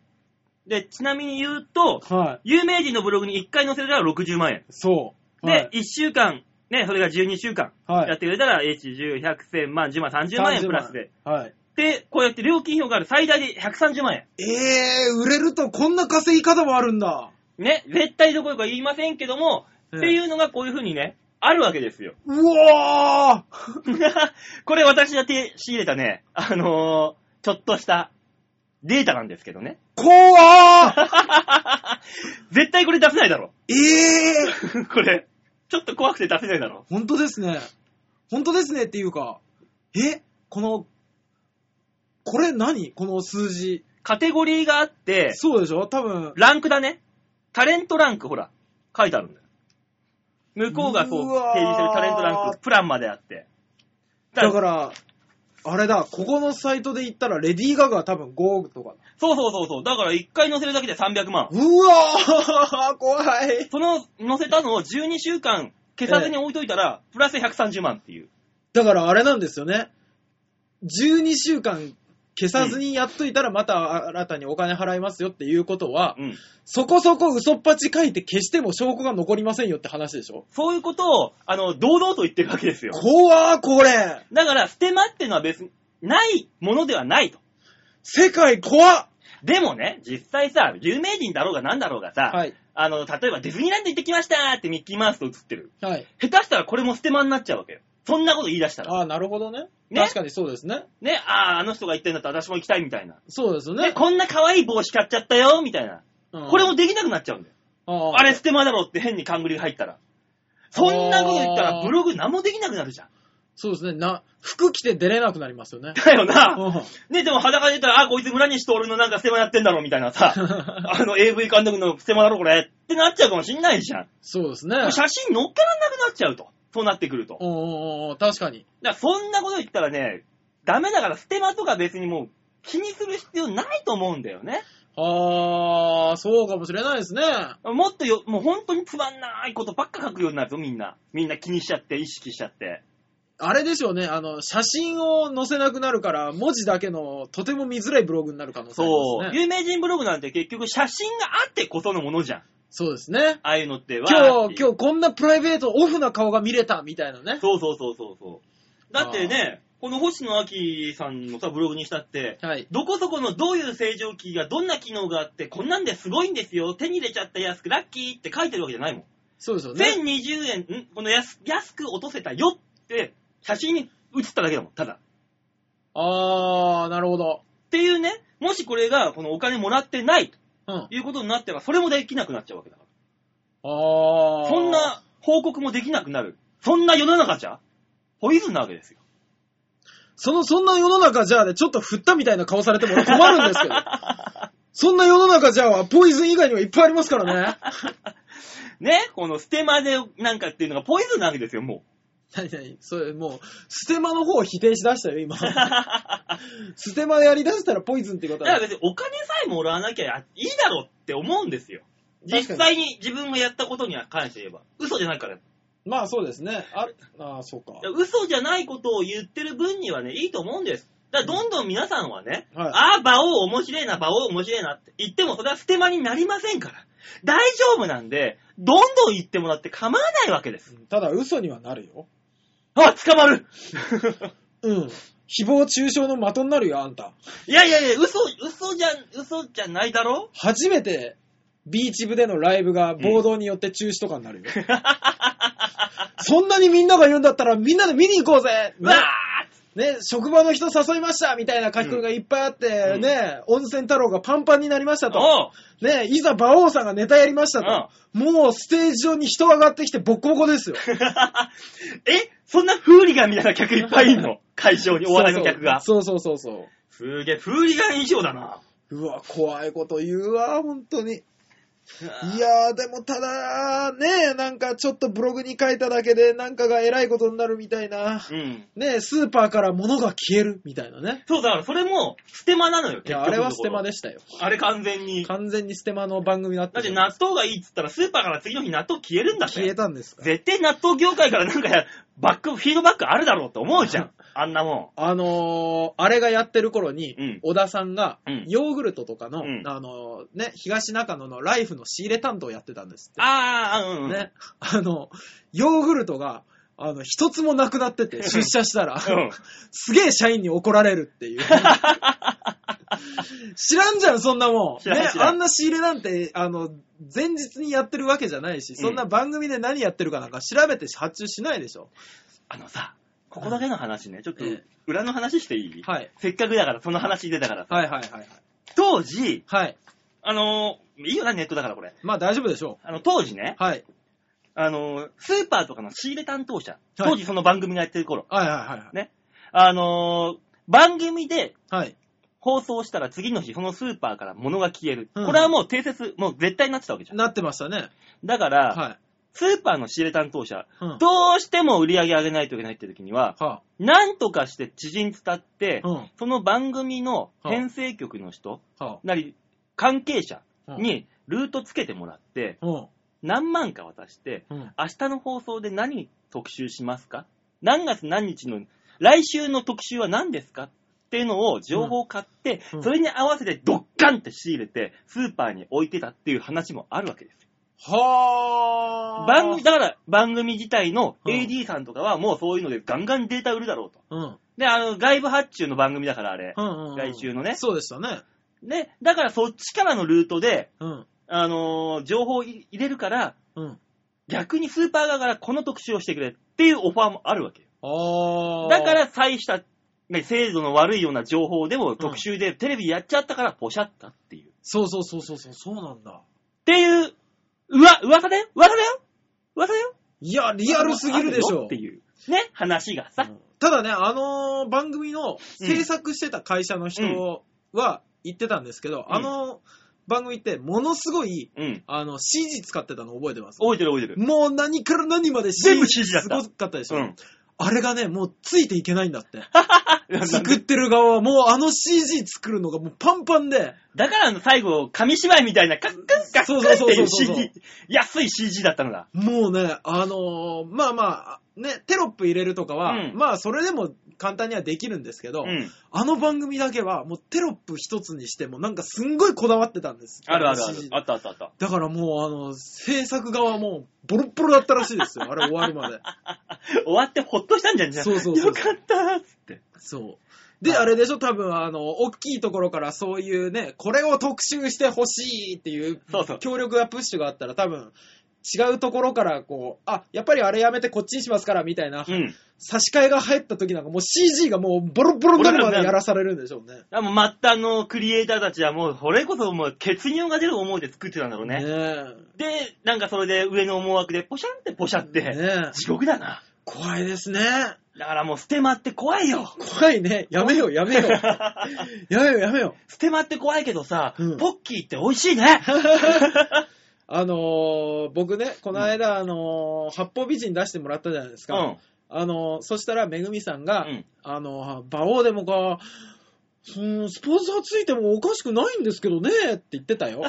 S3: で、ちなみに言うと、
S2: ーはい。
S3: 有名人のブログに1回載せたら60万円。
S2: そう。は
S3: で、
S2: い。
S3: 1週間、ね、それが12週間、
S2: はい
S3: やってくれたら、H10、100、1000万、10万、30万円プラスで。。
S2: はい。
S3: で、こうやって料金表がある最大で130万円。
S2: ええ売れるとこんな稼ぎ方もあるんだ。
S3: ね、絶対どこよか言いませんけども、
S2: ええ
S3: っていうのがこういう風にね、あるわけですよ。
S2: うわー
S3: これ私が手仕入れたね、あのーちょっとしたデータなんですけどね。
S2: 怖 ー
S3: 絶対これ出せないだろ。
S2: ええ
S3: これ、ちょっと怖くて出せないだろ。
S2: 本当ですね。本当ですねっていうか、えこの、これ何この数字。
S3: カテゴリーがあって、
S2: そうでしょ多分、
S3: ランクだね。タレントランク、ほら、書いてあるんだよ。向こうがこう、
S2: うわー
S3: 提示してるタレントランク、プランまであって。
S2: だから、あれだ、ここのサイトで言ったら、レディー・ガガは多分5億とかだ。
S3: そうそうそうそう。だから一回載せるだけで300万。
S2: うわー怖い
S3: その載せたのを12週間消さずに置いといたら、プラス130万っていう。
S2: だからあれなんですよね。12週間消さずにやっといたらまた新たにお金払いますよっていうことは、
S3: うん。
S2: そこそこ嘘っぱち書いて消しても証拠が残りませんよって話でしょ
S3: そういうことを、あの、堂々と言ってるわけですよ。
S2: 怖ーこれ
S3: だから、ステマっていうのは別に、ないものではないと。
S2: 世界怖っ
S3: でもね、実際さ、有名人だろうがなんだろうがさ、
S2: はい。
S3: あの、例えばディズニーランド行ってきましたーってミッキーマウスと映ってる。
S2: はい。
S3: 下手したらこれもステマになっちゃうわけよ。そんなこと言い出したら。
S2: ああ、なるほどね
S3: ね
S2: 確かにそうですね。
S3: ね、ああ、あの人が言ってんだったら私も行きたいみたいな。
S2: そうですよ
S3: ね、
S2: ね。
S3: こんな可愛い帽子買っちゃったよ、みたいな。
S2: うん
S3: これもできなくなっちゃうんだよ。
S2: あー
S3: あれステマだろって変に勘繰りが入ったら。そんなこと言ったらブログ何もできなくなるじゃん。
S2: そうですね。な、服着て出れなくなりますよね。
S3: だよな。
S2: うん
S3: ね、でも裸で言ったら、あ、こいつ村西徹のなんかステマやってんだろみたいな さ、あの AV 監督のステマだろこれってなっちゃうかもしんないじゃん。
S2: そうですね。
S3: 写真載っけらんなくなっちゃうと。そうなってくると。だか
S2: うんうんうんうん、確かに。
S3: らそんなこと言ったらね、ダメだからステマとか別にもう気にする必要ないと思うんだよね。
S2: あー、そうかもしれないですね。
S3: もっとよ、もう本当につまんないことばっか書くようになるぞ、みんな。みんな気にしちゃって、意識しちゃって。
S2: あれでしょうね、あの、写真を載せなくなるから、文字だけの、とても見づらいブログになる可能性あり
S3: そ
S2: ま
S3: う。
S2: すね。
S3: 有名人ブログなんて結局写真があってこそのものじゃん。
S2: そうですね。
S3: ああいうのっては。
S2: 今日、
S3: 日。
S2: 今日こんなプライベート、オフな顔が見れた、みたいなね。
S3: そうそうそうそうそう。だってね、この星野明さんのさ、ブログにしたって、
S2: はい。
S3: どこそこのどういう正常期がどんな機能があって、こんなんですごいんですよ、手に入れちゃった安くラッキーって書いてるわけじゃないもん。
S2: そうですよね。
S3: 全20円、んこの安安く落とせたよって、写真に写っただけだもん、ただ。
S2: あー、なるほど。
S3: っていうね、もしこれが、このお金もらってないと
S2: うん。
S3: いうことになったら、それもできなくなっちゃうわけだか
S2: あー。
S3: ら。そん。な報告もできなくなる。そんな世の中じゃ、ポイズンなわけですよ。
S2: その、そんな世の中じゃあね、ちょっと振ったみたいな顔されても俺困るんですけ ど。そんな世の中じゃあ、ポイズン以外にもいっぱいありますからね。
S3: ね、このステマでなんかっていうのがポイズンなわけですよ、も
S2: 何何それ、もう、ステマの方を否定しだしたよ、 今。
S3: う。だか
S2: ステマでやりだしたらポイズンってこと
S3: ら
S2: は。
S3: 別にお金さえもらわなきゃいいだろうって思うんですよ。実
S2: 確か
S3: 際に自分がやったことに関して言えば。嘘じゃないから。
S2: まあそうですね。あ、ああそうか。
S3: 嘘じゃないことを言ってる分にはね、いいと思うんです。だからどんどん皆さんはね、
S2: はい
S3: ああ、馬王面白いな、馬王面白いなって言ってもそれはステマになりませんから。大丈夫なんで、どんどん言ってもらって構わないわけです。
S2: うんただ嘘にはなるよ。
S3: あ、捕まる
S2: うん。誹謗中傷の的になるよ、あんた。
S3: いやいやいや、嘘、嘘じゃ、嘘じゃないだ ろ
S2: 初めて、ビーチ部でのライブが暴動によって中止とかになるよ。そんなにみんなが言うんだったら、みんなで見に行こうぜ
S3: うわー
S2: ねね、職場の人誘いましたみたいな書き込みがいっぱいあって、
S3: うん
S2: ね、温泉太郎がパンパンになりましたと。
S3: おう
S2: ねえ、いざ馬王さんがネタやりましたと。もうステージ上に人が上がってきてボッコボコですよ。
S3: えそんなフーリガンみたいな客いっぱいいんの会場 に、お笑いの客が。
S2: そうそうそうそうそう
S3: すげえ、フーリガン以上だな。
S2: そう。うわ、怖いこと言うわ、本当に。いやー、でもただ、ねえ、なんかちょっとブログに書いただけで、なんかが偉いことになるみたいな。
S3: うん。
S2: ねえ、スーパーから物が消えるみたいなね。
S3: そう、だからそれも、ステマなのよ、
S2: い
S3: 結
S2: や、
S3: 局のところ。
S2: あれはステマでしたよ。
S3: あれ完全に。だ
S2: 完全にステマの番組だった
S3: って
S2: よ。
S3: 納豆がいいっつったら、スーパーから次の日納豆消えるんだって。
S2: 消えたんですか
S3: 絶対納豆業界からなんかや、バック、フィードバックあるだろうって思うじ ゃん。あんなも
S2: あのー、あれがやってる頃に、
S3: うん
S2: 小田さんが
S3: うん、
S2: ヨーグルトとかの、
S3: うん
S2: あのーね、東中野のライフの仕入れ担当やってたんです
S3: ん。ああ、うんう
S2: っ
S3: ん。
S2: て。ね。あの、ヨーグルトが、あの、一つもなくなってて、出社したら、
S3: うん。
S2: すげえ社員に怒られるっ ていう。知らんじゃん、そんなもん。
S3: 知らん
S2: ね
S3: 知、らん
S2: あんな仕入れなんて、あの、前日にやってるわけじゃないし、そんな番組で何やってるかなんか調べて発注しないでしょ。
S3: あのさ、ここだけの話ね、ちょっと
S2: ええ
S3: 裏の話していい、
S2: はい。
S3: せっかくだから、その話出たから。
S2: はいはいはいはい。
S3: 当時、
S2: はい。
S3: あのーいいよな、ネットだからこれ。
S2: まあ大丈夫でしょ
S3: あの、当時ね、
S2: う。はい。
S3: あのースーパーとかの仕入れ担当者、当時その番組がやってる頃、
S2: はいはいはいはい。
S3: あのー番組で
S2: はい。
S3: 放送したら次の日そのスーパーから物が消える。
S2: うん
S3: これはもう定説、もう絶対になってたわけじゃん。
S2: なってましたね。
S3: だから、
S2: は
S3: スーパーの仕入れ担当者、
S2: い。うん。
S3: どうしても売り上げ上げないといけないって時には、
S2: は
S3: なんとかして知人伝って、
S2: あ、うん。
S3: その番組の編成局の人
S2: は
S3: なり、関係者
S2: あ。
S3: にルートつけてもらって、
S2: うん。
S3: 何万か渡して、
S2: うん。
S3: 明日の放送で何特集しますか何月何日の、来週の特集は何ですかっていうのを情報を買って、
S2: うんうん
S3: それに合わせてドッカンって仕入れて、スーパーに置いてたっていう話もあるわけですよ。
S2: はあ。
S3: 番組、だから番組自体の
S2: うん
S3: AD さんとかはもうそういうのでガンガンデータ売るだろうと。
S2: うん。
S3: で、あの、外部発注の番組だからあれ。
S2: うんうん。
S3: 来週のね
S2: そうでしたね。
S3: ね、だからそっちからのルートで、
S2: うん。
S3: あのー情報を入れるから、
S2: うん。
S3: 逆にスーパー側からこの特集をしてくれっていうオファーもあるわけよ。
S2: ああ。
S3: だか、ら、大した、ね、精度の悪いような情報でも特集でテレビやっちゃったからポシャったっていう。っ
S2: そうそうそうそうそう、そうなんだ。
S3: ていう、うわ、噂だよ噂だよ噂だよ
S2: いや、リアルすぎるでし
S3: あよ
S2: ょ
S3: っ。ていう、ね、話がさ。
S2: ただね、あのー番組の制作してた会社の人は言ってたんですけど、
S3: うん
S2: あの番組ってものすごい、
S3: うん。
S2: あの、CG 使ってたの覚えてます
S3: 覚えてる覚えてる。
S2: もう何から何まで
S3: 全部 CG だった
S2: すごかったでしょ、
S3: うん
S2: あれがね、もうついていけないんだって。
S3: なんで
S2: 作ってる側はもうあの CG 作るのがもうパンパンで、
S3: だからあの最後、紙芝居みたいなカックンカックンっていう CG、安い CG だったのだ。
S2: もうね、あのーまあまあ、ね、テロップ入れるとかは、
S3: うん
S2: まあそれでも簡単にはできるんですけど、
S3: うん。
S2: あの番組だけは、もうテロップ一つにしても、なんかすんごいこだわってたんです。
S3: あるあるある
S2: CG。
S3: あったあったあった。
S2: だからもう、あの、制作側も、ボロッボロだったらしいですよ。あれ終わるまで。
S3: 終わってほっとしたんじゃん、じゃあ
S2: そうそうそう
S3: よかったーっつって。
S2: そう。で、あれでしょ多分、あの、大きいところからそういうね、これを特集してほしいっていう、
S3: そうそう
S2: 強力なプッシュがあったら、多分、違うところから、こう、あ、やっぱりあれやめてこっちにしますから、みたいな、
S3: うん。
S2: 差し替えが入った時なんかもう CG がもうボロッボロになるまでやらされるんでしょうね。
S3: あもう末端のクリエイターたちはもう、それこそもう血尿が出る思いで作ってたんだろうね。
S2: ね
S3: で、なんかそれで上の思惑でポシャンってポシャっ
S2: え。
S3: て、
S2: ねえ。
S3: 地獄だな。
S2: 怖いですね。
S3: だからもうステマって怖い よ。
S2: 怖いね。やめよう、やめ よう。やめよう、やめよう。
S3: ステマって怖いけどさ、
S2: うん
S3: ポッキーって美味しいね。
S2: あのー僕ね、この間、あのー八方美人出してもらったじゃないです
S3: う
S2: か。
S3: ん。
S2: あのーそしたら、めぐみさんが、
S3: うん
S2: あのー、馬王でもか、そのスポンサーついてもおかしくないんですけどねって言って たよ。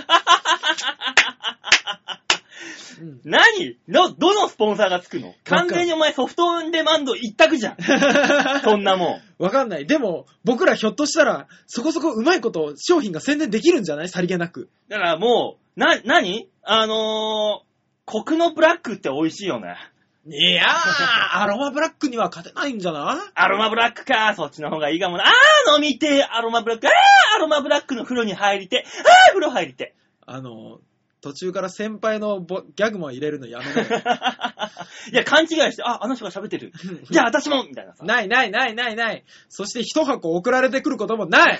S2: うん
S3: 何の、どのスポンサーがつくの
S2: かん
S3: 完全にお前ソフトオンデマンド一択じゃん。そんなもん。
S2: わかんない。でも、僕らひょっとしたら、そこそこうまいこと商品が宣伝できるんじゃないさりげなく。
S3: だからもう、な、何あのー、コクのブラックって美味しいよね。
S2: いやー、 アロマブラックには勝てないんじゃない
S3: アロマブラックか、そっちの方がいいかもな。あー飲みてえ、アロマブラック。あーアロマブラックの風呂に入りてえ。あー風呂入りて
S2: あの、途中から先輩のボギャグも入れるのやめ な
S3: え
S2: よ。。
S3: いや、勘違いして、あ、あの人が喋ってる。じゃあ私もみたいなさ。
S2: ないないないないない。そして一箱送られてくることもない。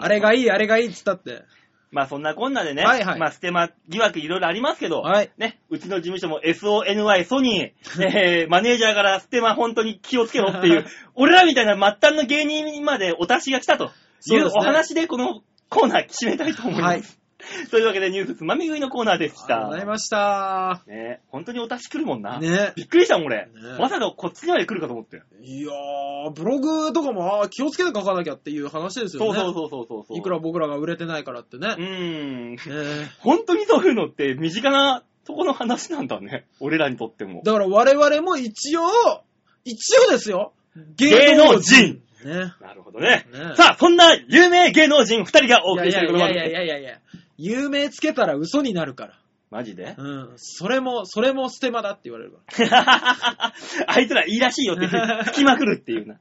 S2: あれがいい、あれがいいっつったって。
S3: まあそんなこんなでね、
S2: はいはい
S3: まあステマ疑惑いろいろありますけど、
S2: はい
S3: ね、うちの事務所も SONY ソニ ー、えーマネージャーからステマ本当に気をつけろっていう、俺らみたいな末端の芸人にまでお達しが来たとい
S2: そう
S3: う
S2: ですね
S3: お話でこのコーナー締めたいと思います。
S2: はい
S3: というわけでニュースつまみ食いのコーナーでし
S2: ありがとう
S3: た
S2: ご。ざいました。
S3: ね、本当にお達し来るもんな。
S2: ね。
S3: びっくりしたもん俺、
S2: ね
S3: まさかこっちにまで来るかと思って。
S2: いやー、ブログとかもあー気をつけて書かなきゃっていう話です
S3: そ
S2: よ
S3: う
S2: ね。
S3: そうそうそうそうそう。
S2: いくら僕らが売れてないからってね
S3: う。ーん。
S2: ね
S3: 本当にそういうのって身近なとこの話なんだね。俺らにとっても。
S2: だから我々も一応、一応ですよ。
S3: 芸能人
S2: ね。
S3: なるほどね。
S2: ね
S3: さあ、そんな有名芸能人二人がお送
S2: いや
S3: り
S2: い
S3: して
S2: や
S3: いるこ
S2: い
S3: の
S2: や
S3: 番
S2: いやい
S3: 組。
S2: やいやいや。有名つけたら嘘になるから。
S3: マジで
S2: うん。それも、それもステマだって言われるか
S3: あいつらいいらしい よって言って吹きまくるっていうな。
S2: ら。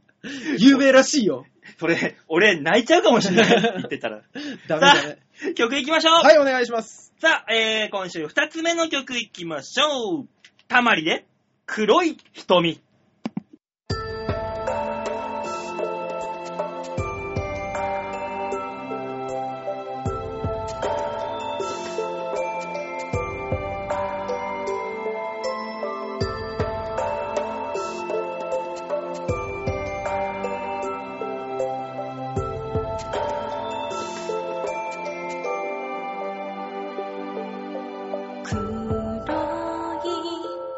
S2: 有名らしいよ。
S3: それ、俺泣いちゃうかもしれ ないって言ってたら。さ
S2: ダメダメ。
S3: あ、曲いきましょう、
S2: はい、お願いします。
S3: さあ、えー、今週二つ目の曲いきましょう。たまりで、黒い瞳。
S4: 「瞳そ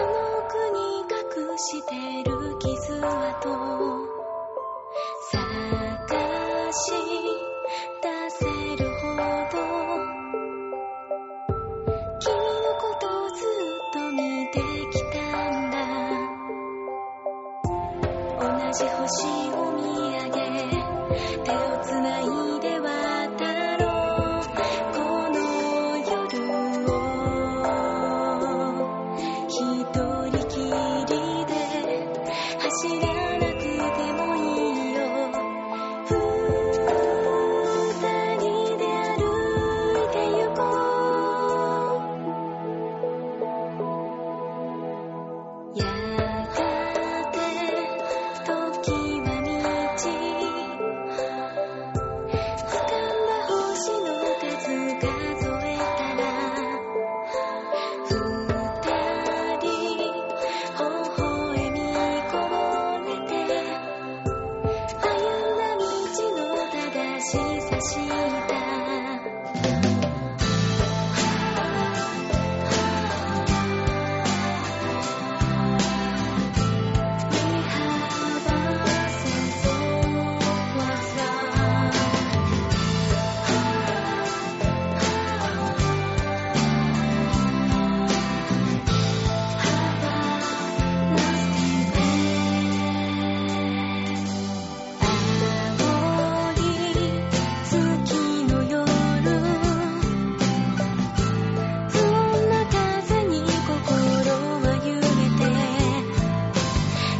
S4: の国隠してる傷跡探し出せるほど君のことずっと見てきたんだ同じ星を見上げ手をつないで渡ろうこの夜を一人きりで走らなくてもいいよ二人で歩いて行こうやがて時は満ち掴んだ星の数数えたら二人微笑みこぼれて歩んだ道の正しさ知ったWe have a sense of what's wrong.「月の夜」「そんな風に心は揺れて」「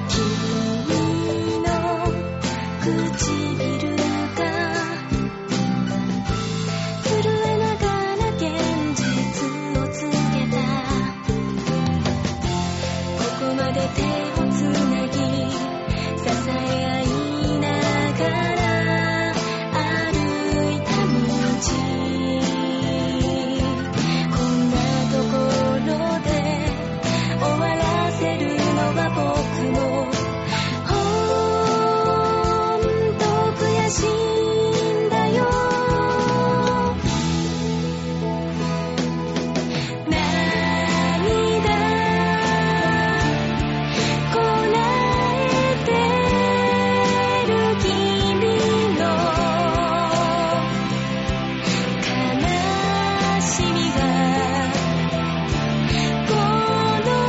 S4: 君の唇が震えながら現実をつけた」「ここまで手をつなぎ」「支え合いながら歩いた道」「こんなところで」終わらせるのは僕もほんと悔しいんだよ涙こらえてる君の悲しみがこの胸に詰まってる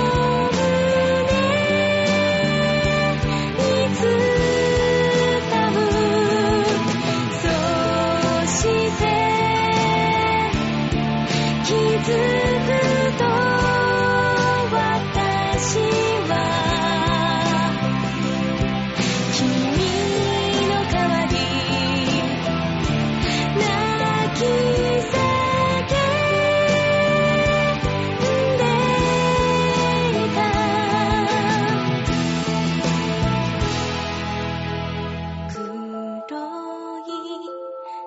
S4: そして気づくと私は君の代わり泣き叫ぶ「いた」「この胸に黒い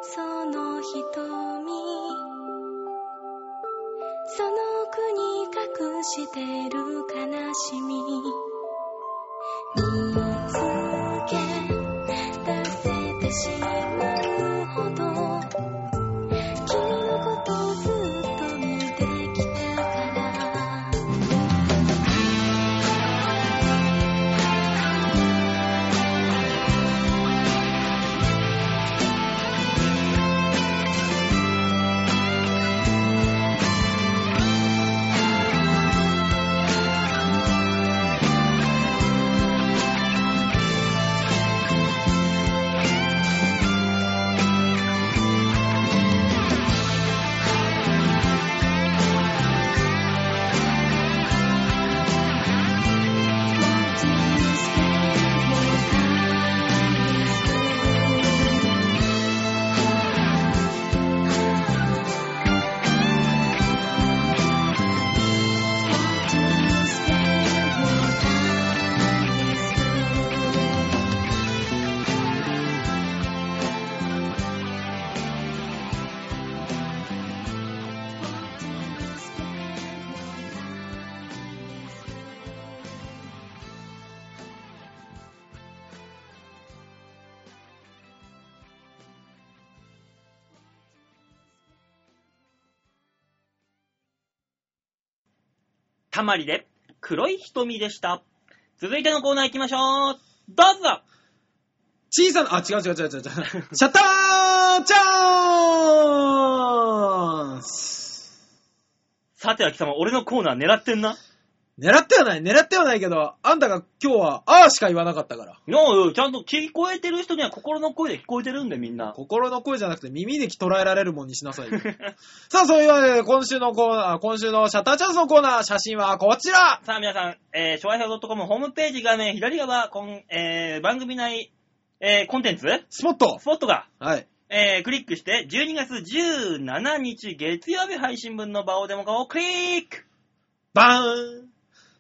S4: その瞳」「その国隠してる悲しみ」「見つけ出せてしまうほど」「君のことをずっと見てきたから」「
S3: たまりで黒い瞳でした。続いてのコーナー行きましょう。どうぞ
S2: 小さな、あ、違う違う違う違う違う。シャッターチャーンス
S3: さて、秋様、俺のコーナー狙ってんな。
S2: 狙ってはない、狙ってはないけど、あんたが今日は、あーしか言わなかったから。
S3: ようちゃんと聞こえてる人には心の声で聞こえてるんで、みんな。
S2: 心の声じゃなくて耳で捉えられるもんにしなさいよ。さあ、そういうわけで、今週のコーナー、今週のシャッターチャンスのコーナー、写真はこちら
S3: さあ皆さん、えー、昭和表 .com ホームページ画面左側、こんえー、番組内、えー、コンテンツ
S2: スポット
S3: スポットが、
S2: はい。
S3: えー、クリックして、12月17日月曜日配信分の場をデモ化をクリック
S2: バーン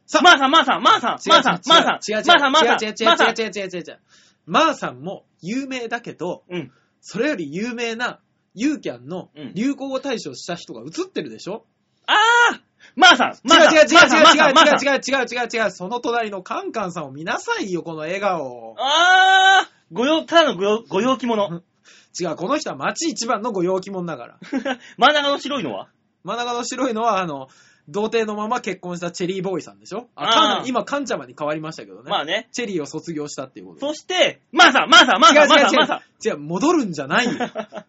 S2: さ
S3: マーさん、マーさん、マーさん、マーさん、マーさん、マー
S2: 違う違う
S3: さん、マーさん、マーさん、マーさん、
S2: 違う違う違う違う違う違う違う違う。マーさんも有名だけど、
S3: うん。
S2: それより有名な、ユーキャンの
S3: うん
S2: 流行語大賞した人が映ってるでしょ、
S3: あーマーさん、
S2: 違
S3: マーさん、
S2: う違う違
S3: マー
S2: う
S3: さん、マーさん、マーさん、
S2: 違う違う違う違う違う違うその隣のカンカンさんを見なさいよ、この笑顔。
S3: あーご用、ただのご用、ご用気者。
S2: 違う、この人は町一番のご陽気者だから。
S3: 真ん中の白いのは
S2: 真ん中の白いのは、あの、童貞のまま結婚したチェリーボーイさんでしょあ
S3: あー
S2: カン今、カンちゃまに変わりましたけどね。
S3: まあね。
S2: チェリーを卒業したっていうことで
S3: そして、マーさん、マーさん、マー
S2: 違う
S3: さん、マーさ
S2: 違
S3: ん、マーさん。
S2: う違う違う、戻るんじゃ ないよ。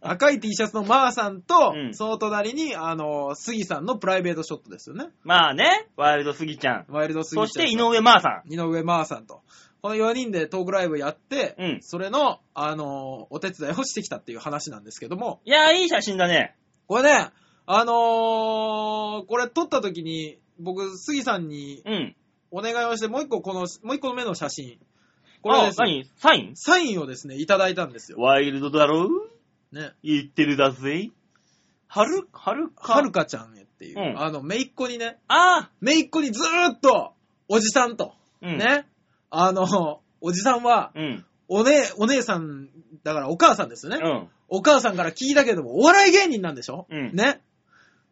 S2: 赤い T シャツのマーさんと、
S3: うん
S2: その隣に、あの、杉さんのプライベートショットですよね。
S3: まあね、ワイルドスギちゃん。
S2: ワイルド杉ちゃ
S3: そ
S2: ん。
S3: して、井上マーさん。
S2: 井上マーさんと。この4人でトークライブやって、
S3: うん
S2: それの、あの、お手伝いをしてきたっていう話なんですけども、
S3: いやー、いい写真だね。
S2: これね、あのーこれ撮った時に、僕、杉さんに
S3: うん。
S2: お願いをして、もう一個この、もう一個目の写真。こ
S3: こ
S2: れ
S3: れ
S2: です、
S3: 何サイン
S2: サインをですね、いただいたんですよ。
S3: ワイルドだろ
S2: ね。
S3: 言ってるだぜ。はる、はるか。
S2: はるかちゃんへっていう、
S3: うん
S2: あの、めいっ子にね、
S3: あ
S2: めいっ子にずーっと、おじさんと、
S3: ーうん。。
S2: ね、あの、おじさんは、
S3: うん。
S2: おね、お姉さん、だからお母さんですよね。
S3: うん。
S2: お母さんから聞いたけども、お笑い芸人なんでしょ、
S3: うん
S2: ね。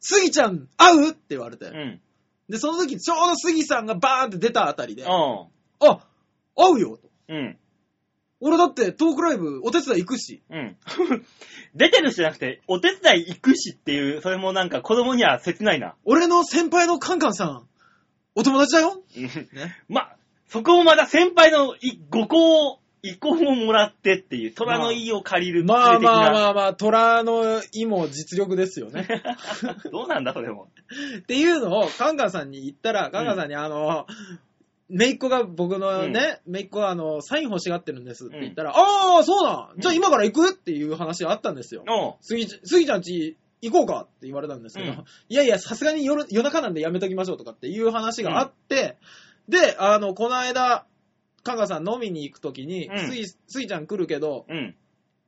S2: すぎちゃん、会うって言われて。
S3: うん。
S2: で、その時、ちょうどすぎさんがバーンって出たあたりで、あ、
S3: お
S2: 会うよと。
S3: ううん。
S2: 俺だってトークライブお手伝い行くし。
S3: うん。 出てる人じゃなくて、お手伝い行くしっていう、それもなんか子供には切ないな。
S2: 俺の先輩のカンカンさん、お友達だよ
S3: うん
S2: ね。
S3: ま、そこをまた先輩のいご行を、意向をもらってっていう、虎の意を借りる。
S2: まあまあま
S3: あ。
S2: あまあ、虎の意も実力ですよね。
S3: どうなんだ、それも。
S2: っていうのを、カンカンさんに言ったら、カンカンさんに、あの、めいっ子が僕のね、めいっ子はあの、サイン欲しがってるんですって言ったら、ああ、そうなんじゃあ今から行くっていう話があったんですよ。
S3: おう
S2: すぎ、すぎちゃんち行こうかって言われたんですけど、
S3: うん
S2: いやいや、さすがに夜夜中なんでやめときましょうとかっていう話があって、で、あの、この間、カンカンさん飲みに行くときに、
S3: うん
S2: すぎ、すぎちゃん来るけど、
S3: うん。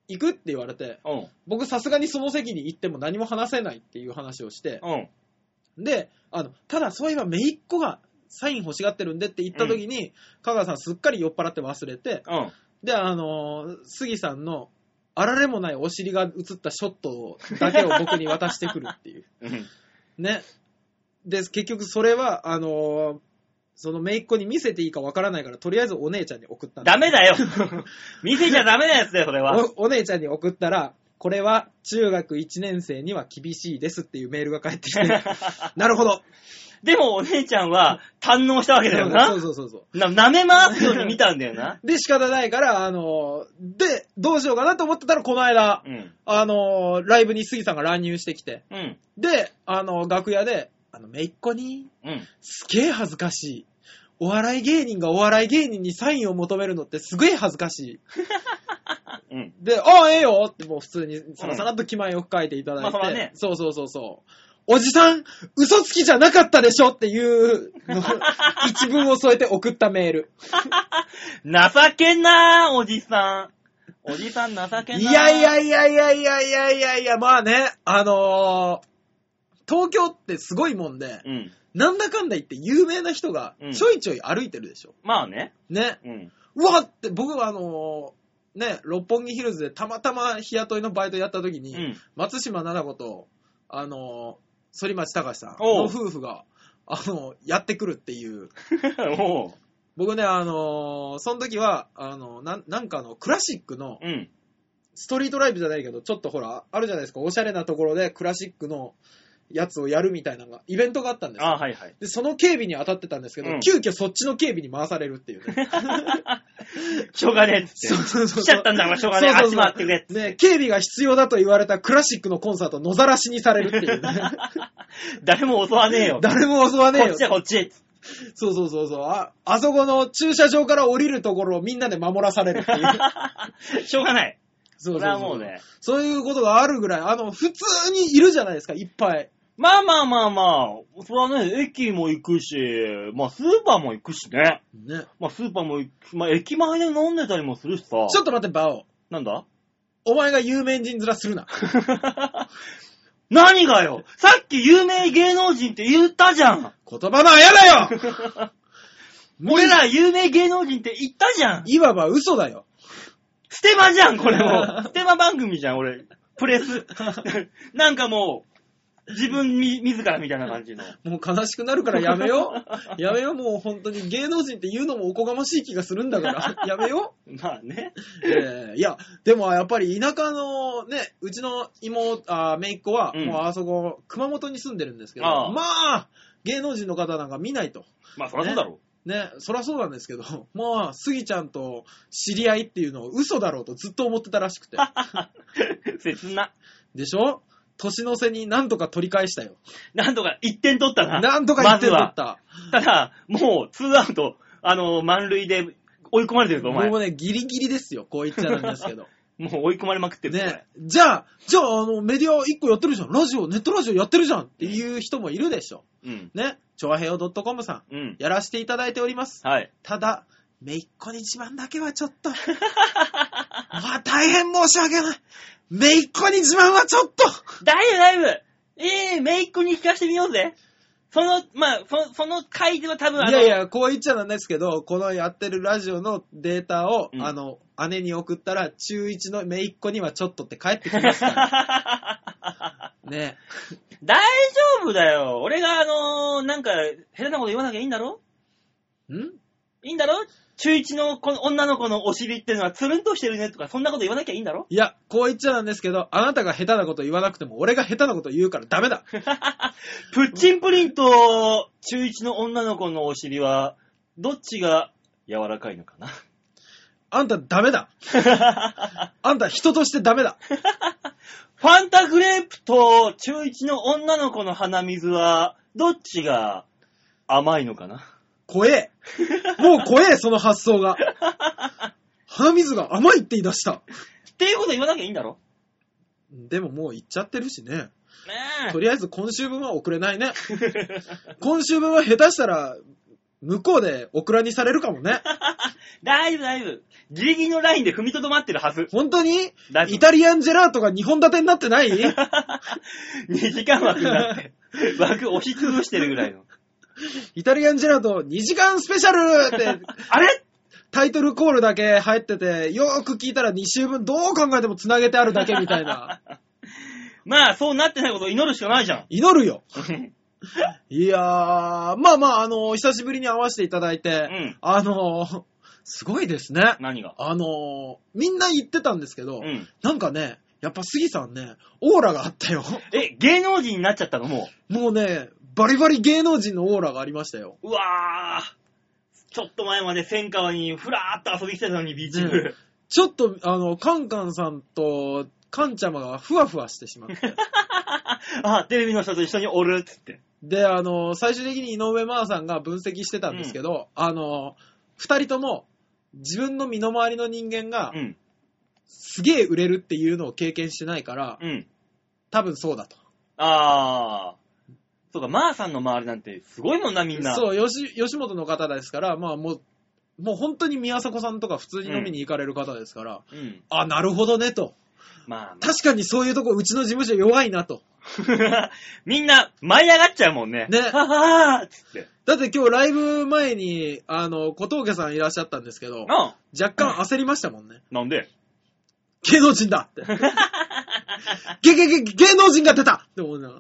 S2: 行くって言われて、
S3: おう
S2: 僕さすがにその席に行っても何も話せないっていう話をして、
S3: おう
S2: で、あの、ただそういえばめいっ子がサイン欲しがってるんでって言った時に、香川さんすっかり酔っ払って忘れて、
S3: おう
S2: で、あのー杉さんの、あられもないお尻が映ったショットだけを僕に渡してくるっ ていう。
S3: うん。
S2: ね。で、結局それは、あのーそのめいっ子に見せていいかわからないから、とりあえずお姉ちゃんに送ったん
S3: ダメだ よ。店じゃダメなやつだよ、それは。
S2: おお姉ちゃんに送ったら、これは中学1年生には厳しいですっていうメールが返って きて、なるほど。
S3: でもお姉ちゃんは堪能したわけだよ
S2: そ
S3: な
S2: う。そうそうそう。
S3: な、舐め回すように見たんだよな。
S2: で、仕方ないから、あのーで、どうしようかなと思ってたら、この間、
S3: うん。
S2: あのーライブに杉さんが乱入してきて、
S3: うん。
S2: で、あのー楽屋で、あの、めいっ子に、
S3: うん。
S2: すげえ恥ずかしい。お笑い芸人がお笑い芸人にサインを求めるのってすげえ恥ずかし
S3: うん。
S2: い。で、ああ、ええよってもう普通にさらさらっと気前よく書いていただい
S3: ま
S2: て、
S3: あそらね
S2: そうそうそうそう。おじさん、嘘つきじゃなかったでしょっていうのを 一文を添えて送ったメール。
S3: 情けんなー、おじさん。おじさん情けんなー。
S2: いやいや
S3: い
S2: いやいやいやいやいやいや、まあね、あのー東京ってすごいもんで、
S3: うん。
S2: なんだかんだ言って有名な人が
S3: うん
S2: ちょいちょい歩いてるでしょ。
S3: まあね。
S2: ね。
S3: うん。
S2: うわって、僕はあのーね、六本木ヒルズでたまたま日雇いのバイトやった時
S3: う
S2: に、
S3: ん。
S2: 松島菜々子と、あのー、反町隆史さんの
S3: おう
S2: 夫婦が、あのーやってくるっていう。
S3: おう。
S2: 僕ね、あのーその時は、あのーなん、なんかあの、クラシックの、
S3: うん。
S2: ストリートライブじゃないけど、ちょっとほら、あるじゃないですか、おしゃれなところでクラシックのやつをやるみたいなのが、イベントがあったんですよ
S3: あーはいはい。
S2: で、その警備に当たってたんですけど、
S3: うん
S2: 急遽そっちの警備に回されるっていうね。
S3: しょうがねえっつ
S2: そ
S3: っ
S2: うそうそ
S3: て。
S2: う
S3: 来ちゃったんだからしょうがねえ。
S2: そうそう
S3: あっち回
S2: そう
S3: ってくれっつって。
S2: ね、警備が必要だと言われたクラシックのコンサート野ざらしにされるってい うね。
S3: 誰も襲わねえよ。こ
S2: 誰も襲わねえ
S3: っ
S2: よ
S3: ち。だこっち。
S2: そうそうそうそうあ。あそこの駐車場から降りるところをみんなで守らされる っていう。
S3: しょうがない。
S2: そうそうそう
S3: それはもうね。
S2: そういうことがあるぐらい、あの、普通にいるじゃないですか、いっぱい。
S3: まあまあまあまあ、それはね、駅も行くし、まあスーパーも行くしね。
S2: ね。
S3: まあスーパーも行く、まあ駅前で飲んでたりもするしさ。
S2: ちょっと待って、バオ。
S3: なんだ
S2: お前が有名人面するな。
S3: 何がよさっき有名芸能人って言ったじゃ ん
S2: 言葉のあや だよ
S3: 俺ら有名芸能人って言ったじゃん
S2: いわば嘘だよ。
S3: ステマじゃん、これも う。ステマ番組じゃん、俺。プレス。 なんかもう、自分み、自らみたいな感じの。
S2: もう悲しくなるからやめよう。やめよう、もう本当に芸能人って言うのもおこがましい気がするんだから。やめよ
S3: まあね。
S2: う。 えーいや、でもやっぱり田舎のね、うちの妹、あー、姪っ子は、
S3: うん
S2: もうあそこ、熊本に住んでるんですけど、
S3: ああ
S2: まあ、芸能人の方なんか見ないと。
S3: まあそりゃそうだろ
S2: ね、そらそうなんですけど、 まあ、スギちゃんと知り合いっていうのを嘘だろうとずっと思ってたらしくて。
S3: う。 切な。
S2: でしょ年の瀬になんとか取り返したよ。
S3: なんとか1点取ったな。
S2: なんとか1点取った。
S3: まずはただ、もう、ツーアウト、あの、満塁で追い込まれてるぞ、お前。
S2: もうね、ギリギリですよ。こう言っちゃなん ですけど。
S3: もう追い込まれまくってる。
S2: ね。じゃあ、じゃあ、あの、メディア1個やってるじゃん。ラジオ、ネットラジオやってるじゃんっていう人もいるでしょ。
S3: これ。うん。
S2: ね。ちょわへよ .com さん、
S3: うん。
S2: やらせていただいております。
S3: はい。
S2: ただ、めいっ子に自慢だけはちょっ と。まあ、大変申し訳ない。めいっ子に自慢はちょっと。
S3: 大丈夫、大丈夫。ええメイクに聞かしてみようぜ。その、まあ、そその回では多分、 あの、
S2: いや いや、こう言っちゃなんですけど、このやってるラジオのデータを、
S3: うん
S2: あの、姉に送ったら、中1の姪っ子にはちょっとって帰ってきますから。 ね。
S3: 大丈夫だよ。俺が、あのーなんか、下手なこと言わなきゃいいんだろ
S2: ん
S3: いいんだろ中一のこの女の子のお尻ってのはつるんとしてるねとか、そんなこと言わなきゃいいんだろ
S2: いや、こう言っちゃなんですけど、あなたが下手なこと言わなくても、俺が下手なこと言うからダメだ。
S3: プッチンプリンと中一の女の子のお尻は、どっちが柔らかいのかな
S2: あんたダ メだ。あんた人としてダメだ。
S3: ファンタグレープと中一の女の子の鼻水は、どっちが甘いのかな
S2: 怖え。もう怖え、その発想が。鼻水が甘いって言い出した。
S3: っていうこと言わなきゃいいんだろ
S2: でももう行っちゃってるしね。
S3: ね
S2: とりあえず今週分は送れないね。今週分は下手したら、向こうでオクラにされるかもね。
S3: え。 大丈夫、大丈夫。ギリギリのラインで踏みとどまってるはず。
S2: 本当に
S3: 大丈夫
S2: イタリアンジェラートが2本立てになってない
S3: 2時間枠にな って、枠押し潰してるぐらいの。
S2: イタリアンジェラート2時間スペシャルって
S3: あれ
S2: タイトルコールだけ入ってて、よーく聞いたら2週分どう考えても繋げてあるだけみたいな。
S3: まあ、そうなってないことを祈るしかないじゃん。
S2: 祈るよ。いやー、まあまあ、あの久しぶりに会わせていただいて、
S3: ん
S2: あのすごいですね。
S3: 何が
S2: あのみんな言ってたんですけ
S3: う
S2: ど、
S3: ん。
S2: なんかね、やっぱ杉さんね、オーラがあったよ。
S3: え、芸能人になっちゃったのも
S2: もうね、バリバリ芸能人のオーラがありましたよ。
S3: う。うわー。ちょっと前まで千川にふらーっと遊びに来てたのに、ビーチ部。
S2: うんちょっと、あの、カンカンさんと、カンちゃまがふわふわしてしま って。
S3: あ、テレビの人と一緒におるっつって。
S2: で、あの、最終的に井上真央さんが分析してたんですけど、あの、二人とも、自分の身の回りの人間が
S3: う、ん。
S2: すげえ売れるっていうのを経験してないから、
S3: うん。
S2: 多分そうだと。
S3: あー。そうか、まーさんの周りなんてすごいもんな、みんな。う。
S2: そう、吉、吉本の方ですから、まあもう、もう本当に宮迫さんとか普通に飲みに行かれる方ですから、
S3: うん。
S2: あ、なるほどね、と。
S3: まあ、ま
S2: 確かにそういうとこ、うちの事務所弱いなと。
S3: あ、 みんな舞い上がっちゃうもんね。
S2: ね
S3: あーっつって。
S2: だって今日ライブ前に、あの、小峠さんいらっしゃったんですけど、
S3: なあ
S2: 若干焦りましたもんね。
S3: なん で
S2: 芸能人だって。 げげげ芸能人が出たって思うな。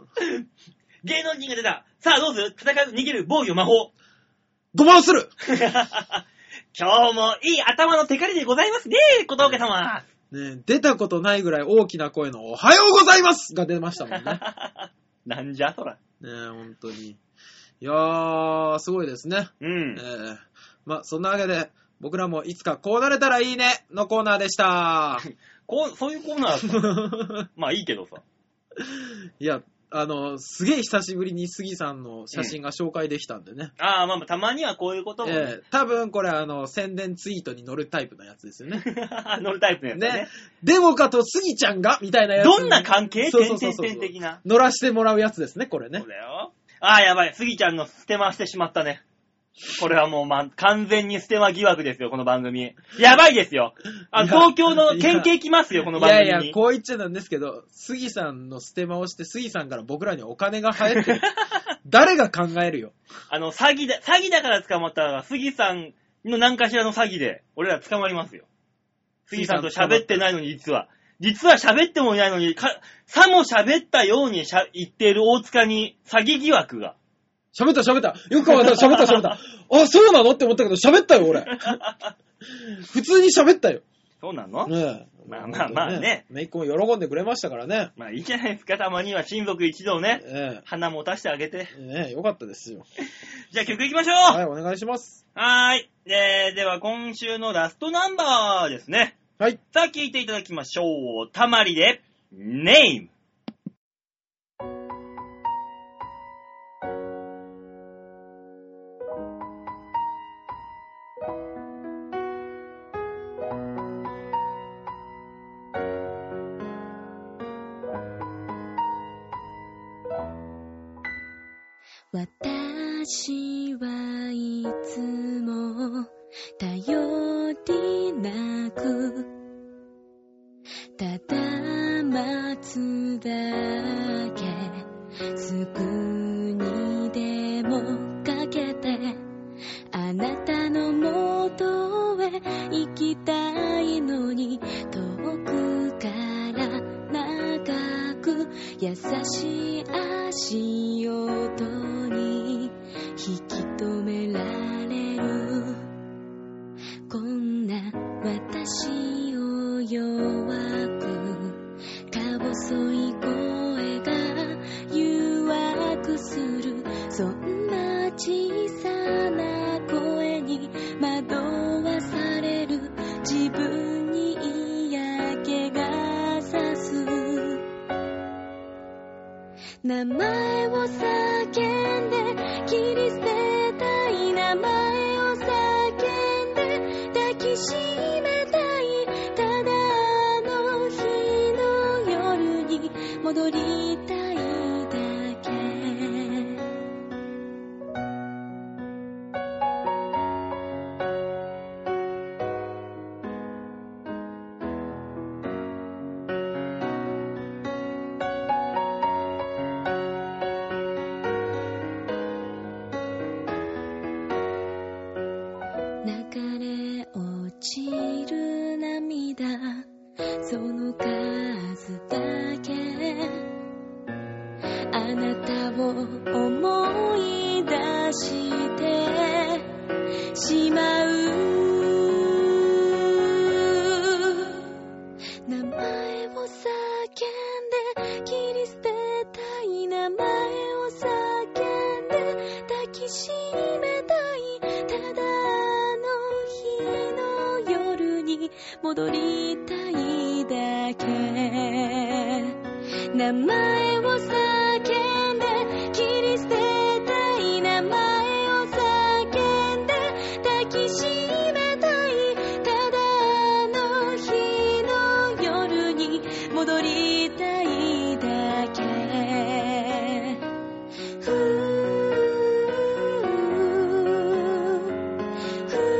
S3: 芸能人が出た。さあどうする戦う、逃げる、防御、魔法。
S2: ごまをする
S3: 今日もいい頭のテカリでございますね、小峠様。
S2: ねえ出たことないぐらい大きな声のおはようございますが出ましたもんね。
S3: なんじゃそら。
S2: ねえ、本当に。いやー、すごいですね。
S3: う
S2: え
S3: ん。
S2: ー、まあ、そんなわけで、僕らもいつかこうなれたらいいねのコーナー でした。
S3: こう、そういうコー ナーだったまあいいけどさ。
S2: いや、あの、すげえ久しぶりに杉さんの写真が紹介できたんでね。
S3: ああ、まあまあ、たまにはこういうこともね、
S2: えー、多分これあの、宣伝ツイートに載るタイプのやつですよ ね。
S3: 乗るタイプのやつだ
S2: ね
S3: ね。。
S2: デモカと杉ちゃんがみたいなやつ。
S3: どんな関係
S2: そうそ
S3: 点
S2: う
S3: 々
S2: そうそう
S3: 点的な。
S2: 乗らしてもらうやつですね、これね
S3: そう。だよ。ああ、やばい。スギちゃんの捨て間してしまったね。これはもう、ま、完全に捨て間疑惑ですよ、この番組。やばいですよ。あ、
S2: いや
S3: 東京の県警来ますよ、この
S2: い
S3: 番組
S2: や
S3: に。
S2: いや、こう言っちゃなんですけど、杉さんのステマをして、杉さんから僕らにお金が入 ってる。誰が考えるよ。
S3: あの、詐欺だ、詐欺だから捕まったが、杉さんの何かしらの詐欺で、俺ら捕まりますよ。杉さんと喋ってないのに、実は。実は喋ってもいないのに、か、さも喋ったようにしゃ言っている大塚に詐欺疑惑が。
S2: 喋った喋ったよくわかった喋った喋 ったあ、そうなのって思ったけど喋ったよ、俺。普通に喋ったよ。
S3: そうなの、
S2: ねえ
S3: まあまあまあね。
S2: めいっ子も喜んでくれましたからね。
S3: まあいいじゃないですか、たまには親族一同ね。
S2: え
S3: 花持たしてあげて。
S2: えねえよかったですよ。
S3: じゃあ曲行きましょう
S2: はい、お願いします。
S3: はーい。えー、では今週のラストナンバーですね。
S2: はい。
S3: さあ聴いていただきましょう。たまりで、ネイム。
S4: 私はいつも頼りなくただ待つだけすぐにでもかけてあなたの元へ行きたいのに遠くから長く優しい足音に引き止められるこんな私を弱くか細い声が誘惑するそんな小さな声に惑わされる自分に嫌気がさす名前を叫んで切り捨てたい名前を叫んで抱きしめたいただあの日の夜に戻りたいだけ流れ落ちる涙その数だけあなたを思い出してしまう名前を叫んで切り捨てたい名前を叫んで抱きしめたいただあの日の夜に戻りたいだけ名前を叫んで切り捨てたい名前を叫んで抱きしめたいただあの日の夜に戻りたいだけふうふう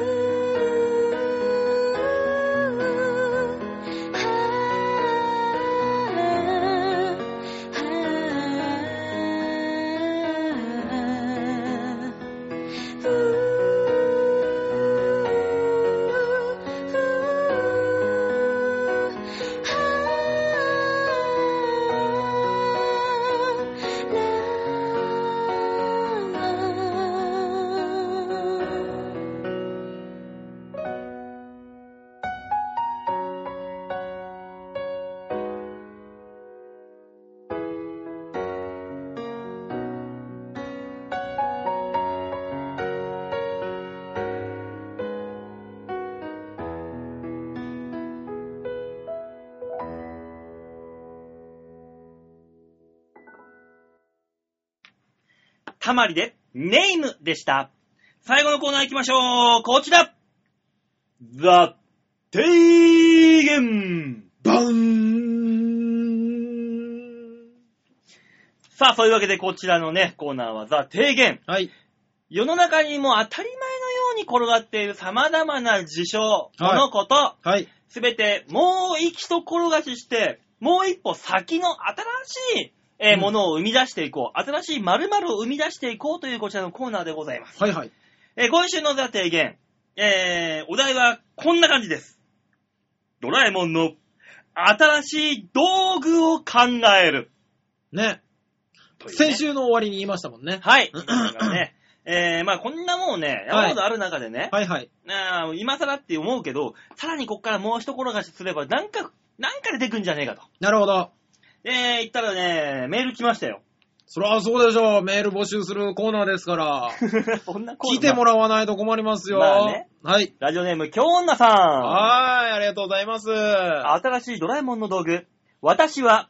S3: たまりで、ネームでした。最後のコーナー行きましょう。こちら。ザ・提言。
S2: バーン
S3: さあ、そういうわけでこちらのね、コーナーはザ・提言。
S2: はい。
S3: 世の中にも当たり前のように転がっている様々な事象、
S2: はい
S3: このこと、
S2: はい。
S3: すべてもう一度転がしして、もう一歩先の新しい、えー
S2: うん
S3: ものを生み出していこう。新しい〇〇を生み出していこうというこちらのコーナーでございます。
S2: はいはい。
S3: えー今週のザ提言、えー、お題はこんな感じです。ドラえもんの新しい道具を考える。
S2: ね。
S3: というね
S2: 先週の終わりに言いましたもんね。
S3: はい。ねえー、まあこんなもうね、山ほどある中でね、
S2: はいはい。
S3: あー今更って思うけど、さらにこっからもう一転がしすれば、なんか、なんか出てくんじゃねえかと。
S2: なるほど。
S3: えー、言ったらね、メール来ました よ。
S2: そりゃそうでしょう。メール募集するコーナーです から。
S3: そんな声
S2: 聞いてもらわないと困りますよ。
S3: まあね
S2: はい。
S3: ラジオネーム、京女さ
S2: はーい、ありがとうございます。
S3: ん。新しいドラえもんの道具。私は、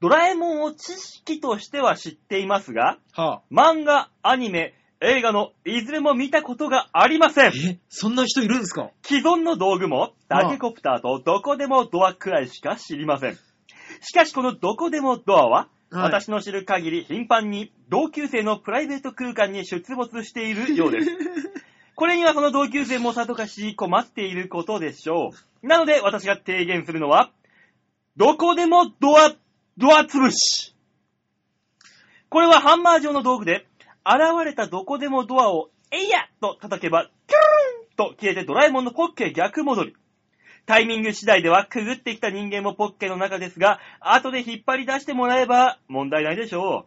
S3: ドラえもんを知識としては知っていますが、
S2: はあ、
S3: 漫画、アニメ、映画のいずれも見たことがありません。
S2: え、そんな人いるんですか
S3: 既存の道具も、タケコプターとどこでもドアくらいしか知りません。しかしこのどこでもドアは、
S2: はい
S3: 私の知る限り頻繁に同級生のプライベート空間に出没しているよう です。これにはその同級生もさとかし困っていることでしょう。なので私が提言するのは、どこでもドア、ドア潰し。これはハンマー状の道具で、現れたどこでもドアを、えいやと叩けば、キューンと消えてドラえもんのポッケへ逆戻り。タイミング次第ではくぐってきた人間もポッケの中ですが、後で引っ張り出してもらえば問題ないでしょう。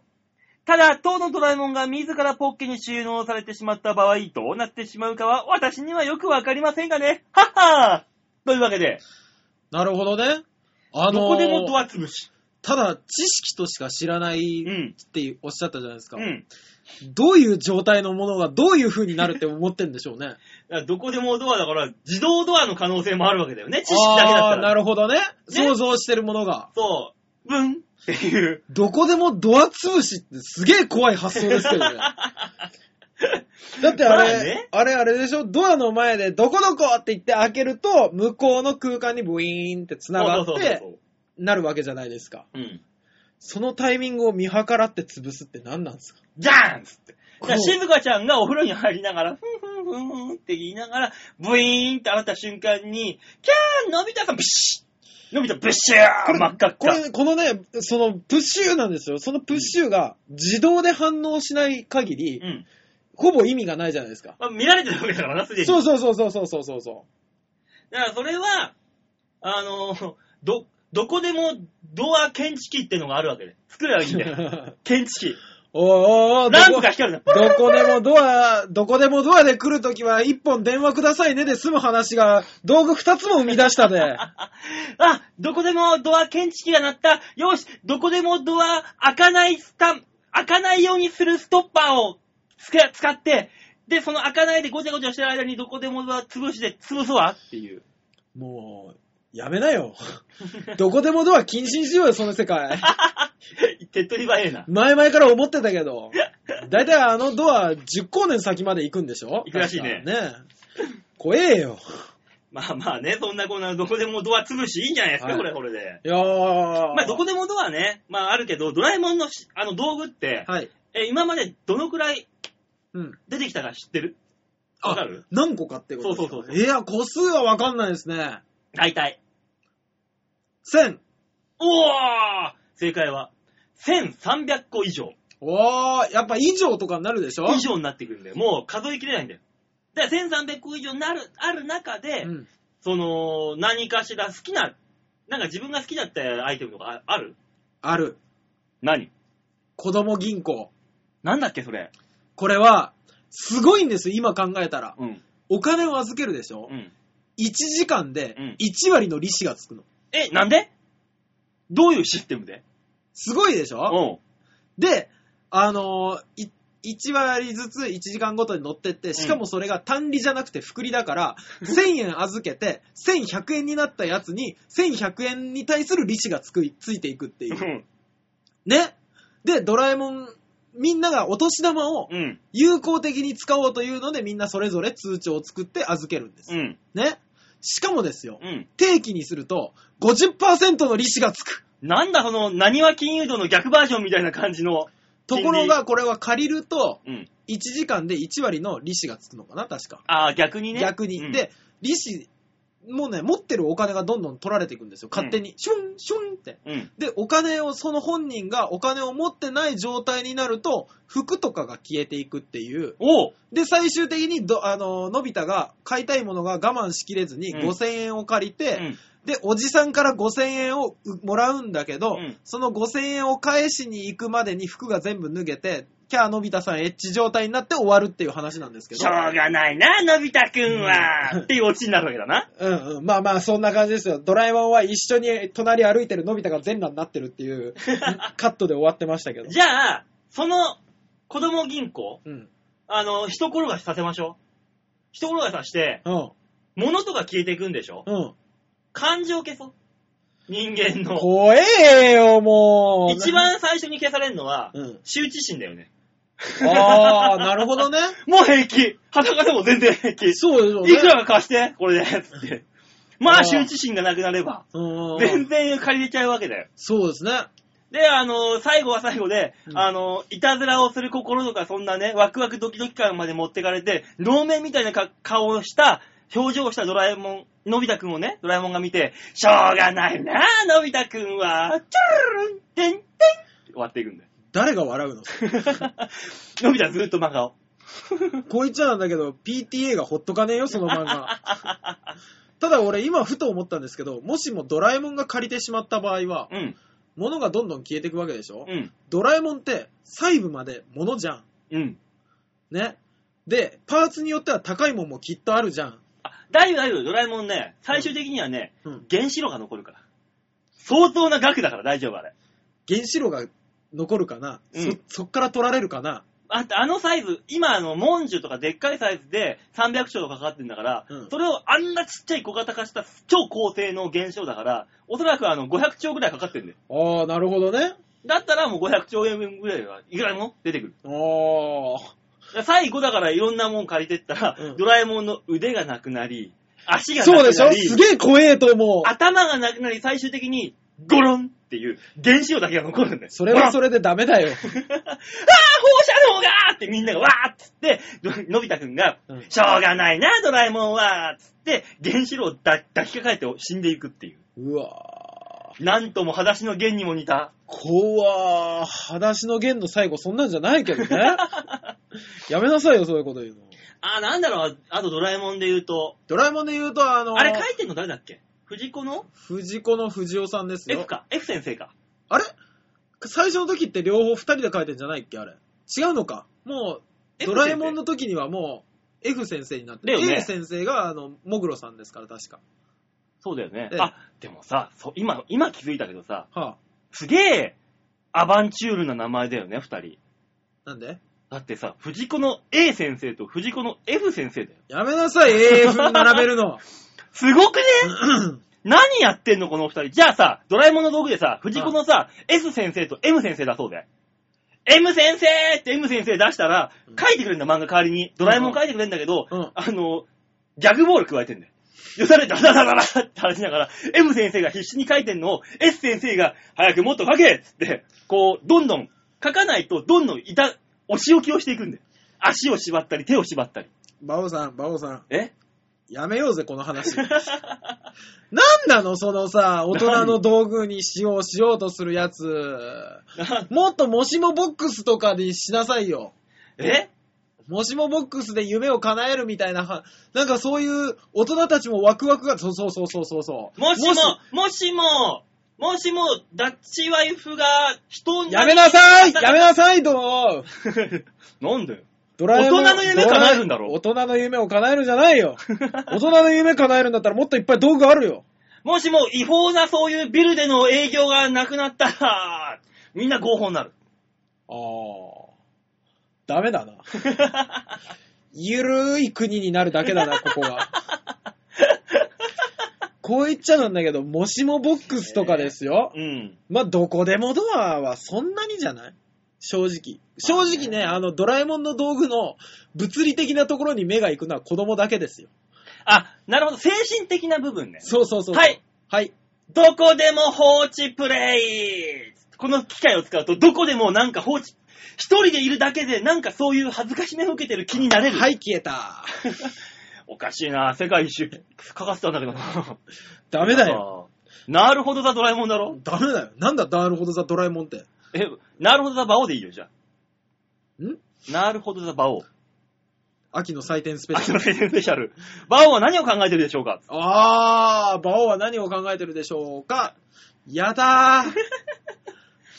S3: ただ、当のドラえもんが自らポッケに収納されてしまった場合、どうなってしまうかは私にはよくわかりませんがね。はっはーというわけで、
S2: なるほどね。あ
S3: ど
S2: の
S3: こでも
S2: ー
S3: ドア潰し。
S2: ただ知識としか知らな
S3: う
S2: い
S3: ん。
S2: っておっしゃったじゃないですか。
S3: うん。
S2: どういう状態のものがどういう風になるって思ってんでしょうね。
S3: だからどこでもドアだから、自動ドアの可能性もあるわけだよ ね。知識だけだっ
S2: あ
S3: た
S2: あー、
S3: ら。
S2: なるほどね。想像してるものが。
S3: そう。ブンっていう。
S2: どこでもドア潰しってすげえ怖い発想ですけ どね。だってあれ、
S3: まあね
S2: あれあれでしょドアの前でどこどこって言って開けると、向こうの空間にブイーンって繋がっ
S3: そうそうそう
S2: て
S3: そう、
S2: なるわけじゃないですか。
S3: うん。
S2: そのタイミングを見計らって潰すって何なんですか
S3: じゃーんっつって。
S2: こう
S3: じゃあ、静香ちゃんがお風呂に入りながら、ふんふんふんふんって言いながら、ブイーンって洗った瞬間に、キャーのび太さん、ブシッのび太、ブシャー真っ赤っ
S2: こ
S3: か。
S2: れ、このね、そのプッシューなんですよ。そのプッシューが自動で反応しない限り、
S3: うん。
S2: ほぼ意味がないじゃないですか。
S3: まあ見られてるわけだからな、すでに。
S2: そうそうそうそうそうそうそうそ
S3: だから、それは、あの、ど、どこでもドア検知器ってのがあるわけで。作ればいいん
S2: う
S3: だよ。。検知器。
S2: おーおーおー
S3: なんと
S2: どこ
S3: か光るな。
S2: どこでもドア、どこでもドアで来るときは、一本電話くださいねで済む話が、道具二つも生み出したで。
S3: あ、どこでもドア検知器が鳴った。よし、どこでもドア開かないスタン、開かないようにするストッパーをつけ使って、で、その開かないでごちゃごちゃしてる間にどこでもドア潰して潰すわっていう。
S2: もう、やめなよ。どこでもドア禁止にしようよ、その世界。
S3: 手っ取り早いな。
S2: 前々から思ってたけど。だいたいあのドア、10光年先まで行くんでしょ
S3: 行くらしいね
S2: 確かね怖えよ。
S3: まあまあね、そんなこんなどこでもドア潰しいいんじゃないですか、
S2: はい
S3: これこれで。
S2: いやー。
S3: まあどこでもドアね、まああるけど、ドラえもんのしあの道具って、
S2: はい。
S3: え今までどのくらい
S2: うん。
S3: 出てきたか知ってる
S2: あ
S3: わかる
S2: 何個かってことですか
S3: そうそうそう
S2: いや、個数はわかんないですね。
S3: 大体。
S2: 1000。
S3: おー正解は、1300個以上。
S2: おー、やっぱ以上とかになるでしょ
S3: 以上になってくるんだよ。もう数えきれないんだよ。だから1300個以上になる、ある中で、
S2: うん。
S3: その、何かしら好きな、なんか自分が好きだったアイテムとかあある
S2: ある。
S3: 何
S2: 子供銀行。
S3: なんだっけ、それ。
S2: これは、すごいんですよ、今考えたら。
S3: うん。
S2: お金を預けるでしょ、
S3: うん。
S2: ?1 時間で
S3: うん
S2: 1割の利子がつくの。
S3: え、なんでどういうシステムです
S2: ごいでしょ、
S3: う
S2: で、あのー、1割ずつ1時間ごとに乗ってって、しかもそれが単利じゃなくて複利だ から、1000円預けて、1100円になったやつに、1100円に対する利子がつく、ついていくってい
S3: ん。う
S2: う。
S3: ん。
S2: ねで、ドラえもんみんながお年玉を
S3: うん。
S2: 有効的に使おうというので、みんなそれぞれ通帳を作って預けるんです。
S3: うん。
S2: ね。しかもですよ、
S3: うん。
S2: 定期にすると50%の利子がつく。
S3: なんだその、何は金融道の逆バージョンみたいな感じの。
S2: ところが、これは借りると、
S3: うん。
S2: 1時間で1割の利子がつくのかな、確か。
S3: ああ、逆にね。
S2: 逆に。
S3: うん、
S2: で、利子、もうね、持ってるお金がどんどん取られていくんですよ。勝手に。シュン、シュンって。
S3: うん。
S2: で、お金を、その本人がお金を持ってない状態になると、服とかが消えていくっていう。
S3: おう
S2: で、最終的にど、あの、のび太が買いたいものが我慢しきれずに
S3: うん
S2: 5000円を借り
S3: う
S2: て、
S3: ん。
S2: で、おじさんから5000円をうもらうんだけ
S3: う
S2: ど、
S3: ん
S2: その5000円を返しに行くまでに服が全部脱げて、キャーのび太さんエッチ状態になって終わるっていう話なんですけど。
S3: しょうがないな、のび太くんは、っていうオチになるわけだな。
S2: うんうん。まあまあ、そんな感じですよ。ドラえもんは一緒に隣歩いてるのび太が全裸になってるっていう カットで終わってましたけど。
S3: じゃあ、その、子供銀行、
S2: うん。
S3: あの、人転がしさせましょう。人転がしさせて、
S2: うん。
S3: 物とか消えていくんでしょ
S2: うん。
S3: 感情消そう。人間の。
S2: 怖えよ、もう。
S3: 一。番最初に消されるのは、
S2: うん。
S3: 羞恥心だよね。
S2: ああ、なるほどね。
S3: もう平気裸でも全然平気。
S2: そうよね。
S3: いくらか貸して、これで、つって。まあ、
S2: あー
S3: 羞恥心がなくなれば、
S2: うん
S3: 全然借りれちゃうわけだよ。
S2: そうですね。
S3: で、あの、最後は最後で、
S2: うん
S3: あの、いたずらをする心とか、そんなね、ワクワクドキドキ感まで持ってかれて、能面みたいなか顔をした、表情をしたドラえもん、のび太くんをね、ドラえもんが見て、しょうがないな、のび太くんは、チュルルン、てんてん終わっていくんだよ。
S2: 誰が笑うの
S3: のび太ずっと真顔。
S2: こいつなんだけど、PTA がほっとかねえよ、その漫画。ただ俺今ふと思ったんですけど、もしもドラえもんが借りてしまった場合は、
S3: うん、
S2: 物がどんどん消えていくわけでしょ、
S3: うん、
S2: ドラえもんって細部まで物じゃん。
S3: うん。
S2: ね。で、パーツによっては高いもんもきっとあるじゃん。
S3: あ、大丈夫大丈夫、ドラえもんね、最終的にはね、
S2: うん。
S3: 原子炉が残るから。相当な額だから大丈夫あれ。
S2: 原子炉が残るかな、
S3: うん
S2: そ、そっから取られるかな
S3: ああのサイズ、今あの、モンジュとかでっかいサイズで300兆とかかかってんだから、
S2: うん
S3: それをあんなちっちゃい小型化した超高性能現象だから、おそらくあの、500兆ぐらいかかってんだよ。
S2: ああ、なるほどね。
S3: だったらもう500兆円分ぐらいはいくらでも出てくる。
S2: ああ。
S3: 最後だからいろんなもん借りてったら、
S2: うん
S3: ドラえもんの腕がなくなり、足がなくな
S2: そう
S3: り、
S2: でしょすげえ怖えと思う。
S3: 頭がなくなり最終的に、ゴロンっていう原子炉だけが残るんだよ。
S2: それはそれでダメだよ。
S3: ああ、放射能がーってみんながわーっつって、ののび太くんが、
S2: うん
S3: しょうがないな、ドラえもんはーっつって、原子炉を抱抱きかかえて死んでいくっていう。
S2: うわー
S3: なんとも裸足の弦にも似た。
S2: 怖ー。裸足の弦の最後そんなんじゃな いけどね。やめなさいよ、そういうこと言うの。
S3: あー、なんだろう、あとドラえもんで言うと、
S2: ドラえもんで言うと、あのー、
S3: あれ書いてんの誰だっけ藤子の
S2: 藤子の藤尾さんですよ。
S3: F か、F 先生か。
S2: あれ最初の時って両方二人で書いてんじゃないっけあれ。違うのか。もう、
S3: F
S2: ドラえもんの時にはもう、F 先生になって
S3: だよね
S2: F 先生が、あの、もぐろさんですから、確か。
S3: そうだよね
S2: え。え
S3: あ、でもさ、そう今、今気づいたけどさ、
S2: は
S3: すげえ、アバンチュールな名前だよね、二人。
S2: あ、なんで
S3: だってさ、藤子の A 先生と藤子の F 先生だよ。
S2: やめなさい、AF 並べるの。
S3: すごくね何やってんのこの二人。じゃあさ、ドラえもんの道具でさ、藤子のさ、S 先生と M 先生だそうで。M 先生って M 先生出したら
S2: う、ん
S3: 書いてくれるんだ、漫画代わりに。ドラえもん書いてくれるんだけど、
S2: うん
S3: あの、ギャグボール加えてんだよ。よされダラダラダラって話しながら、M 先生が必死に書いてんのを、S 先生が、早くもっと書けっつって、こう、どんどん、書かないと、どんどんいた、お仕置きをしていくんだよ。足を縛ったり、手を縛ったり。
S2: バオさん、バオさん、
S3: え
S2: やめようぜ、この話。 なんなの、そのさ、大人の道具に使用しようとするやつ。もっともしもボックスとかにしなさいよ。
S3: え
S2: もしもボックスで夢を叶えるみたいなは、なんかそういう大人たちもワクワクが、そうそうそうそうそうそう。
S3: もしも、もしも、もしも、ダッチワイフが人に。
S2: やめなさ いやめなさいと
S3: なんだよ。
S2: ドラえもん
S3: 大人の夢叶えるんだろ
S2: ドラえ大人の夢を叶えるんじゃないよ。大人の夢叶えるんだったらもっといっぱい道具あるよ。
S3: もしも、違法なそういうビルでの営業がなくなったら、みんな合法になる。
S2: ああ。ダ メだな。ゆるい国になるだけだな、ここは。こう言っちゃなんだけど、もしもボックスとかですよ。
S3: うん。
S2: まあ、どこでもドアはそんなにじゃない正直。正直ね、あの、ドラえもんの道具の物理的なところに目が行くのは子供だけですよ。
S3: あ、なるほど。精神的な部分ね。
S2: そうそうそう。
S3: はい。
S2: はい。
S3: どこでも放置プレイこの機械を使うと、どこでもなんか放置、一人でいるだけで、なんかそういう恥ずかしめを受けてる気になれる。
S2: はい、消えた。
S3: おかしいな世界一周、かかってたんだけどな。
S2: ダメだよ。
S3: あー。なるほどだ、ドラえもんだろ
S2: ダメだよ。なんだ、なるほどザ・ドラえもんって。
S3: え、なるほどだ、バオでいいよ、じゃ
S2: ん
S3: あ。なるほどだ、バ オ。
S2: 秋の祭典スペシ
S3: 秋
S2: ャル。
S3: の青春スペシャル。バオは何を考えてるでしょうか
S2: あー、馬王は何を考えてるでしょうかや だー。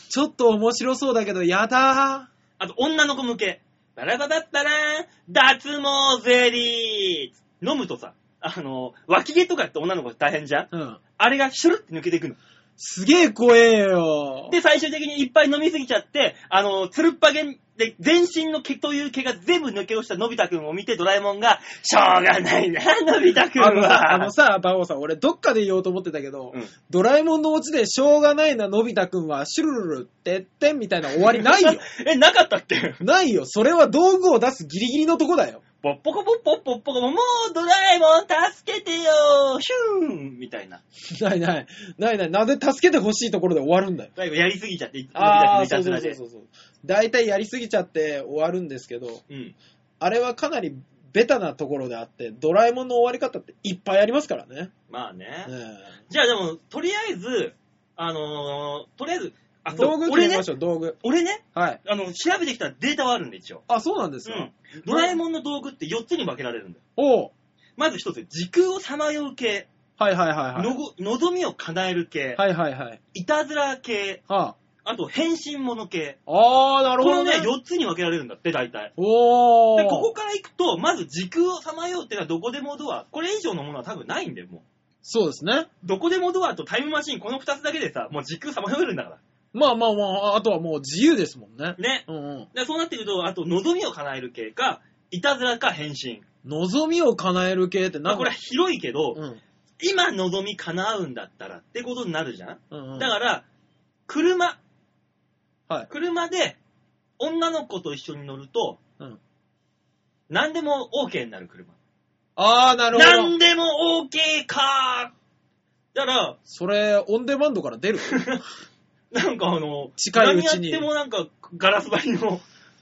S2: ちょっと面白そうだけど、やだ
S3: あと、女の子向け。バラバラッバラーン、脱毛ゼリー。飲むとさ、あの、脇毛とかって女の子大変じゃん
S2: ー。うん。
S3: あれがシュルって抜けていくの。
S2: すげえ怖えよ。
S3: で、最終的にいっぱい飲みすぎちゃって、あの、つるっぱげで、全身の毛という毛が全部抜け落ちたのび太くんを見てドラえもんが、しょうがないな、のび太くん
S2: あのさ、
S3: は。
S2: あのさ、馬王さん、俺どっかで言おうと思ってたけど、
S3: うん
S2: ドラえもんのオチでしょうがないな、のび太くんは、シュルルルってってんみたいな終わりないよ。
S3: え、なかったっけ
S2: ないよ。それは道具を出すギリギリのとこだよ。
S3: ポッポコポッポッポッポコ、もうドラえもん助けてよシューンみたいな。
S2: ないない。ないない。なんで助けてほしいところで終わるんだよ。
S3: だいぶやりすぎちゃって、のび
S2: ああ、
S3: 太
S2: そ
S3: くん
S2: う
S3: いたずら
S2: そうそう
S3: で
S2: そ。うそう。大体やりすぎちゃって終わるんですけど、
S3: うん。
S2: あれはかなりベタなところであって、ドラえもんの終わり方っていっぱいありますからね。
S3: まあね。
S2: ね
S3: じゃあでも、とりあえず、あのーとりあえず、あ、
S2: え
S3: そう
S2: 道具決
S3: 俺
S2: め
S3: ね
S2: まし、ょう、道具。
S3: 俺ね、
S2: はい。
S3: あの、調べてきたデータはあるんで、一応。
S2: あ、そうなんです
S3: う
S2: か。
S3: ん。ドラえもんの道具って4つに分けられるんだよ。
S2: おう
S3: まず一つ、時空をさまよう系、
S2: はいはいはいはい。
S3: のご、望みを叶える系、
S2: はいはいはい。
S3: いたずら系、
S2: は
S3: あと変身者系。
S2: あ、あー、なる
S3: こ
S2: ほ
S3: の
S2: ど
S3: ね、
S2: ね。
S3: 4つに分けられるんだって、大体。
S2: おー。
S3: で、ここから行くと、まず時空をさまようっていうのはどこでもドア。これ以上のものは多分ないんだよ、もう。
S2: そうですね。
S3: どこでもドアとタイムマシン、この2つだけでさ、もう時空さまよえるんだから。
S2: まあまあまあ、あとはもう自由ですもんね。
S3: ね。
S2: うんうん。
S3: で、そうなってくると、あと、望みを叶える系か、いたずらか変身。
S2: 望みを叶える系って
S3: まあ、
S2: 何
S3: これは広いけど、
S2: うん。
S3: 今望み叶うんだったらってことになるじゃん。
S2: うんうん
S3: だから、車、
S2: はい。
S3: 車で女の子と一緒に乗ると、
S2: うん
S3: 何でも OK になる車。
S2: あー、なるほ
S3: 何
S2: ど。
S3: でも OK かーだから、
S2: それ、オンデマンドから出る
S3: なんかあの、
S2: 近いうち
S3: 何
S2: に
S3: やってもなんかガラス張りの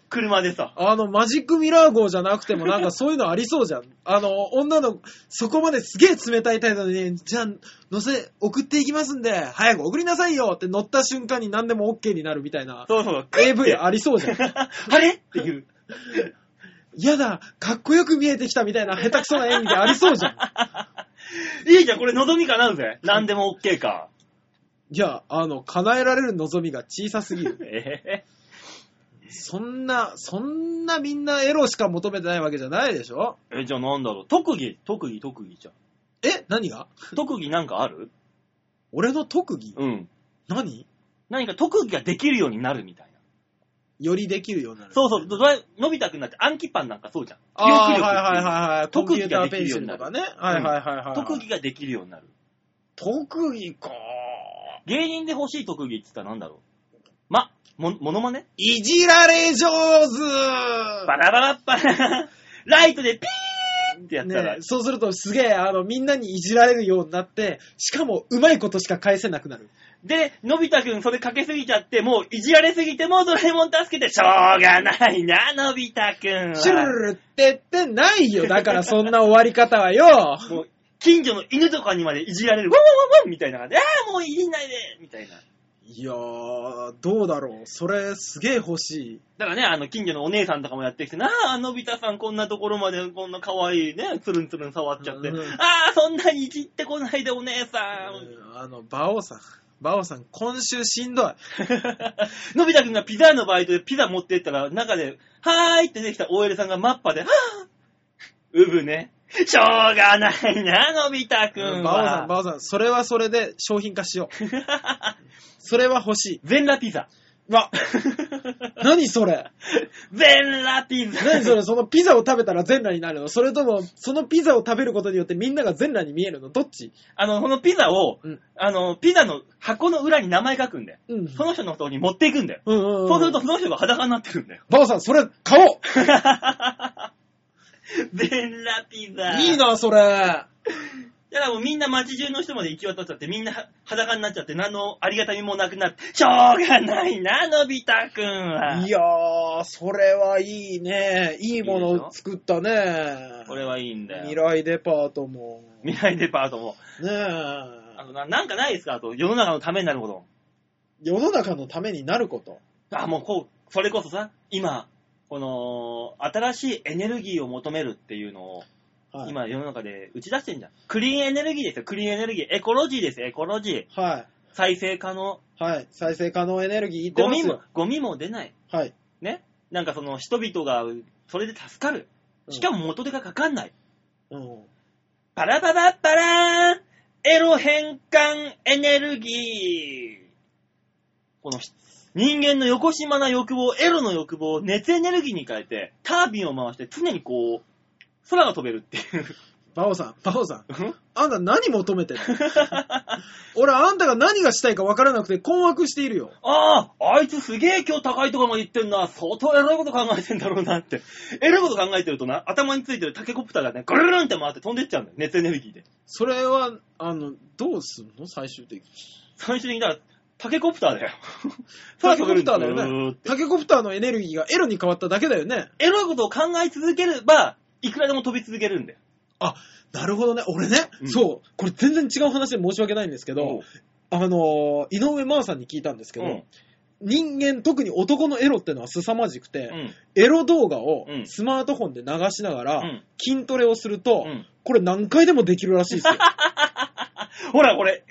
S3: 車でさ、
S2: あの、マジックミラー号じゃなくてもなんかそういうのありそうじゃん。 あの、女の、そこまですげえ冷たい態度に、じゃあ、乗せ、送っていきますんで、早く送りなさいよって乗った瞬間に何でも OK になるみたいな、
S3: そうそう、
S2: AV ありそうじゃ ん。
S3: あれっていう。
S2: やだ、かっこよく見えてきたみたいな下手くそな演技ありそ うじゃん。
S3: いいじゃん、これ望みかなうぜ。何でも OK か。
S2: いや、あの、叶えられる望みが小さすぎる。
S3: え
S2: そんな、そんなみんなエロしか求めてないわけじゃないでしょ
S3: ーえ、じゃあなんだろう。特技、特技、特技じゃん。
S2: え何が
S3: 特技なんかある
S2: 俺の特技
S3: うん。
S2: 何
S3: 何か特技ができるようになるみたいな。
S2: よりできるようになる。
S3: そうそう、ドラえのび太くんなんて暗記パンなんかそうじゃん。記
S2: あ
S3: 憶
S2: ー
S3: 力
S2: はいはいはいはい。
S3: 特
S2: 特
S3: 技
S2: 技
S3: が
S2: が
S3: で
S2: で
S3: き
S2: き
S3: るよ
S2: るよ
S3: う
S2: う
S3: に
S2: に
S3: なる
S2: なる。とかね。はいはいはいはい。
S3: 特技ができるようになる。
S2: 特技か
S3: 芸人で欲しい特技って言ったらなんだろう。ま、も、ものまね
S2: いじられ上
S3: バラバラッバラライトでピーンってや
S2: 手
S3: ったら、
S2: ね、そうするとすげえ、あの、みんなにいじられるようになって、しかもうまいことしか返せなくなる。
S3: で、のび太くんそれかけすぎちゃって、もういじられすぎて、もうドラえもん助けて、しょうがないな、のび太くんは。
S2: シュルルルってってない よ。だからそんな終わり方はよ。
S3: もう、近所の犬とかにまでいじられる、ワンワンワンワンみたいな感じで、ああ、もういじんないでみたいな。
S2: いやー、どうだろう。それすげえ欲しい。
S3: だからね、あの、近所のお姉さんとかもやってきて、なあ、のび太さんこんなところまでこんな可愛いね、つるんつるん触っちゃって、
S2: うん
S3: ああ、そんなにいじってこないでお姉さん。
S2: あの、バオさん。バオさん、今週しんどい。
S3: のび太くんがピザ屋のバイトでピザ持ってったら、中で、はーいって出てきた OL さんがマッパで、はーうぶね。しょうがないな、のび太くん
S2: バオさん、
S3: は。
S2: バオさん、それはそれで商品化しよう。それは欲しい。
S3: 全裸ピザ。
S2: わ、 何それ
S3: 全ラティズ。
S2: 何それそのピザを食べたら全裸になるのそれとも、そのピザを食べることによってみんなが全裸に見えるのどっち
S3: あの、このピザを、
S2: うん
S3: あの、ピザの箱の裏に名前書くんだよ。
S2: うん。
S3: その人の方に持っていくんだよ。
S2: うんうんうん。
S3: そうするとその人が裸になってるん だよ。
S2: バオさん、それ、買おう
S3: 全ラピザ。
S2: いいな、それ。
S3: いや、だからもうみんな街中の人まで行き渡っちゃって、みんな裸になっちゃって、何のありがたみもなくなって、しょうがないな、のび太くんは。
S2: いやー、それはいいね。いいものを作ったね。
S3: これはいいんだ
S2: 未
S3: よ。
S2: 来デパートも。ね
S3: 未来デパートも。あ
S2: え。
S3: のな、なんかないですかあと、世の中のためになること。
S2: 世の中のためになること。
S3: あ、もうこう、それこそさ、今、この、新しいエネルギーを求めるっていうのを、
S2: はい。
S3: 今世の中で打ち出してんじゃん。クリーンエネルギーですよ、クリーンエネルギー。エコロジーですよ、エコロジー。
S2: はい。
S3: 再生可能。
S2: はい。再生可能エネルギー言って
S3: ゴ
S2: ま
S3: ミ
S2: す
S3: も
S2: よ。、
S3: ゴミも出ない。
S2: はい。
S3: ね、なんかその人々がそれで助かる。しかも元手がかかんない。
S2: うん。
S3: パラパラパラーンエロ変換エネルギーこのし人間の横島な欲望、エロの欲望を熱エネルギーに変えて、タービンを回して常にこう、空が飛べるっていう。
S2: バオさん、バオさん。 あんた何求めてるの 俺、あんたが何がしたいか分からなくて困惑しているよ。
S3: ああ、あいつすげえ今日高いとこまで行ってんな。相当エロいこと考えてんだろうなって。エロいこと考えてるとな、頭についてるタケコプターがね、ぐるるんって回って飛んでっちゃうんだよ。熱エネルギーで。
S2: それは、あの、どうすんの最終的に。
S3: 最終的にだから、タケコプタ ーだよ。
S2: タケコプターだ
S3: う
S2: よ
S3: ーっ
S2: ね。
S3: て
S2: タケコプターのエネルギーがエロに変わっただけだよね。
S3: エロいことを考え続ければ、いくらでも飛び続けるんだよ。
S2: あ、なるほどね。俺ね、
S3: うん
S2: そう、これ全然違う話で申し訳ないんですけど、あのー、井上真央さんに聞いたんですけ
S3: う
S2: ど、
S3: ん。
S2: 人間、特に男のエロってのは凄まじくて、
S3: うん。
S2: エロ動画を
S3: うん
S2: スマートフォンで流しながら、
S3: うん
S2: 筋トレをすると、
S3: うん
S2: これ何回でもできるらしいで すよ。
S3: ほら、これ、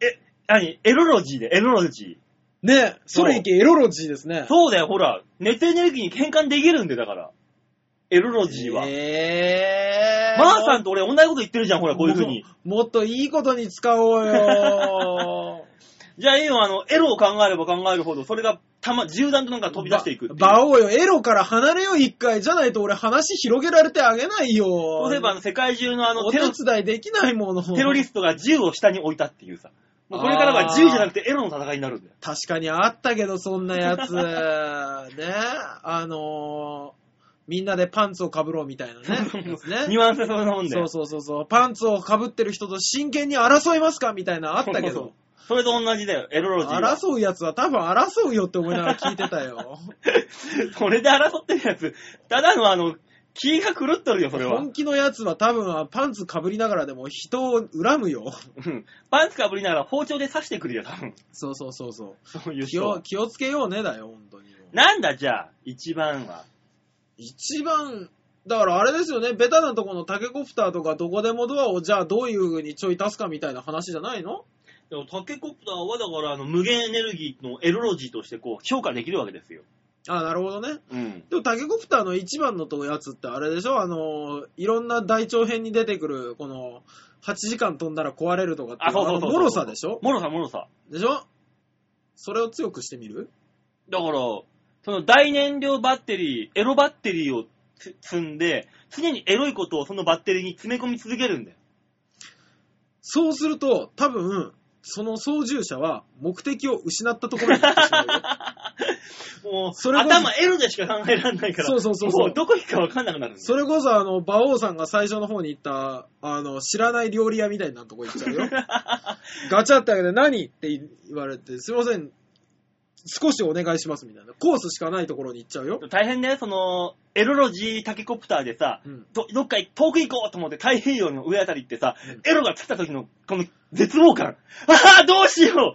S3: え、え、何エロロジーで、エロロジ
S2: ねそれいけエロロジーですね
S3: ー。。そうだよ、ほら、熱エネルギーに変換できるんだよ、だから。エロロジーは。
S2: えー。
S3: マーさんと俺同じこと言ってるじゃん、ほら、こういう風に。
S2: も。もっといいことに使おうよ。
S3: じゃあ、今、あの、エロを考えれば考えるほど、それが、たま、銃弾となんか 飛び出していくっていう
S2: バオよ、エロから離れよ、一回。じゃないと俺話広げられてあげないよ。
S3: そうすれば、あの世界中のあの、
S2: お
S3: テ
S2: 手
S3: ロ、
S2: 伝いできないもの。
S3: テロリストが銃を下に置いたっていうさ。もうこれからは銃じゃなくてエロの戦いになるんだよ。
S2: 確かにあったけど、そんな やつ。ね。あのーみんなでパンツをかぶろうみ たいなね。
S3: ニ
S2: ね
S3: ュアンスはそんなもんだ
S2: そ
S3: よ。
S2: うそうそうそう。パンツをかぶってる人と真剣に争いますかみたいなあったけ
S3: そう
S2: ど。
S3: それと同じだよ、エロロジ ーは。
S2: 争うやつは多分争うよって思いながら聞いてたよ。
S3: それで争ってるやつ、ただのあの、気が狂っとるよ、それは
S2: 本。気のやつは多分パンツかぶりながらでも人を恨むよ。
S3: うんパンツかぶりながら包丁で刺してくるよ、多分。
S2: そうそうそうそう。
S3: そういう
S2: 気
S3: 人
S2: を
S3: は。
S2: 気をつけようねだよ、本当に。
S3: なんだ、じゃあ、一番は。
S2: 一番、だからあれですよね、ベタなとこのタケコプターとかどこでもドアをじゃあどういう風にちょい足すかみたいな話じゃないの
S3: でもタケコプターは、だから、あの、無限エネルギーのエロロジーとして、こう、評価できるわけですよ。
S2: あなるほどね。
S3: うん。
S2: でもタケコプターの一番のとやつってあれでしょあの、いろんな大長編に出てくる、この、8時間飛んだら壊れるとかってい
S3: あ、そうそうそうそう。
S2: あの脆さでしょ
S3: もろさ、もろさ。
S2: でしょそれを強くしてみる
S3: だから、その大燃料バッテリー、エロバッテリーをつ積んで、常にエロいことをそのバッテリーに詰め込み続けるんだよ。
S2: そうすると、多分、その操縦者は目的を失ったところに行ってしまうよ。
S3: もう、
S2: それこそ
S3: 頭エロでしか考えられないから、
S2: そうそうそうそう
S3: もうどこ行くか分かんなくなるんだよ
S2: それこそ、あの、馬王さんが最初の方に行った、あの、知らない料理屋みたいなとこ行っちゃうよ。 ガチャって開けて、何って言われて、すいません、少しお願いしますみたいな。コースしかないところに行っちゃうよ。
S3: 大変だよ、その、エロロジータケコプターでさ、
S2: うん
S3: どどっか遠く行こうと思って太平洋の上あたり行ってさ、
S2: うん
S3: エロが来た時のこの絶望感。ああ、どうしようキュルルルンっ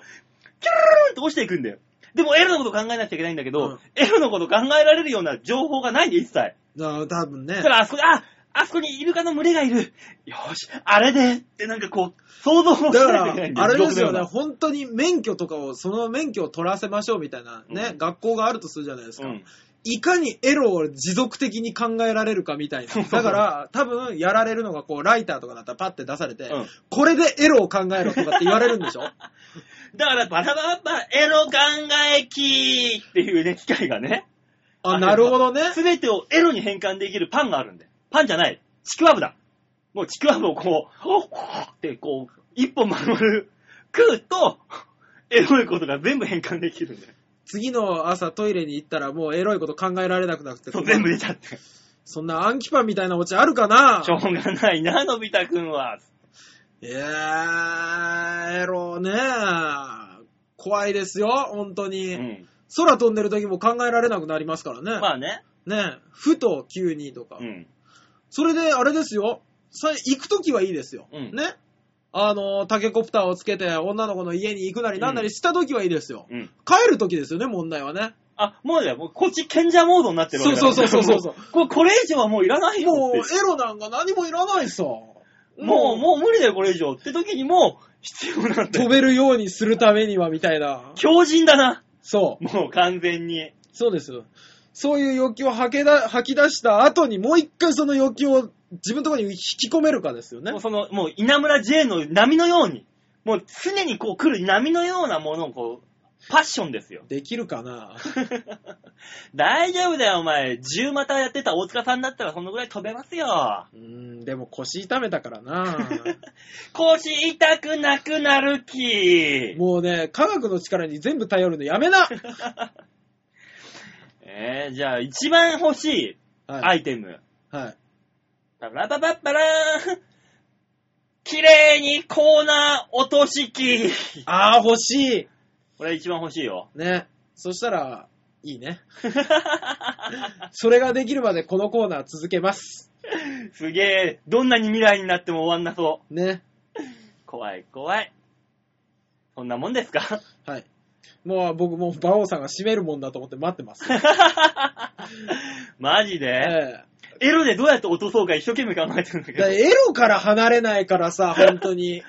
S3: て落ちていくんだよ。でもエロのこと考えなきゃいけないんだけど、
S2: うん
S3: エロのこと考えられるような情報がないんで、一切。
S2: だ多分ね
S3: だか。らあそこ、あ、あそこにイルカの群れがいる。よし、あれで、ってなんかこう、想像もし
S2: だか
S3: ないといけないん
S2: ら、
S3: だ
S2: あれですよ
S3: 僕の中
S2: ね、本当に免許とかを、その免許を取らせましょうみたいなね、
S3: うん
S2: 学校があるとするじゃないです
S3: う
S2: か。
S3: ん。
S2: いかにエロを持続的に考えられるかみたいな。だから、多分、やられるのが、こう、ライターとかだったらパッて出されて、
S3: うん
S2: これでエロを考えろとかって言われるんでしょ
S3: だから、バラバラバラ、エロ考え機っていうね、機械がね、
S2: あ、なるほどね。
S3: すべてをエロに変換できるパンがあるんで。パンじゃない。ちくわぶだ。もうちくわぶをこう、おっってこう、一本丸々食うと、エロいことが全部変換できるんだよ。
S2: 次の朝トイレに行ったらもうエロいこと考えられなくなくて。
S3: そう、全部出ちゃって。し
S2: そんな暗記パンみたいなオチあるかな
S3: ょうがないな、のび太くんは。
S2: いやー、エロね怖いですよ、本当
S3: う
S2: に。
S3: ん。
S2: 空飛んでる時も考えられなくなりますからね。
S3: まあね。
S2: ねふと急にとか。
S3: うん。
S2: それで、あれですよ。さ行くときはいいですよ。
S3: うん
S2: ね。あの、タケコプターをつけて、女の子の家に行くなりなんなりしたときはいいですよ。
S3: うん。
S2: 帰るときですよね、問題はね。
S3: あ、もうだよ。もうこっち賢者モードになってるわけだ
S2: そうそうそうそうそう
S3: もこれ、これ以上はもういらないよ
S2: もう、エ
S3: って。
S2: ロなんか何もいらないさ。も
S3: もう、もう無理だよ、これ以上。って時にもう、必要なんだ
S2: 飛
S3: よ。
S2: べるようにするためには、みたいな。
S3: 強靭だな。
S2: そう。
S3: もう完全に。
S2: そうですよ。そういう欲求を吐けだ吐き出した後に、もう一回その欲求を自分のところに引き込めるかですよね
S3: もう。その、もう稲村 J の波のように、もう常にこう来る波のようなものをこう、パッションですよ。
S2: できるかな
S3: 大丈夫だよ、お前。十股やってた大塚さんだったらそのぐらい飛べますよ。
S2: うーん、でも腰痛めたからな
S3: 腰痛くなくなるき。
S2: もうね、科学の力に全部頼るのやめ な、はい
S3: えー、じゃあ一番欲しいアイテム。
S2: はい。
S3: パラパパパラーン。綺麗にコーナー落とし器。
S2: ああ、欲し
S3: これ一番欲しいよ。
S2: いね。そしたら、いい ね。それができるまでこのコーナー続けます。
S3: すげえ、どんなに未来になっても終わんなそう。
S2: ね。
S3: 怖い怖い。そんなもんですか
S2: はい。もう僕もう馬王さんが締めるもんだと思って待ってます。
S3: マジで、
S2: ええ
S3: エロでどうやって落とそうか一生懸命考えてるんだけど
S2: だから。エロから離れないからさ、本当に。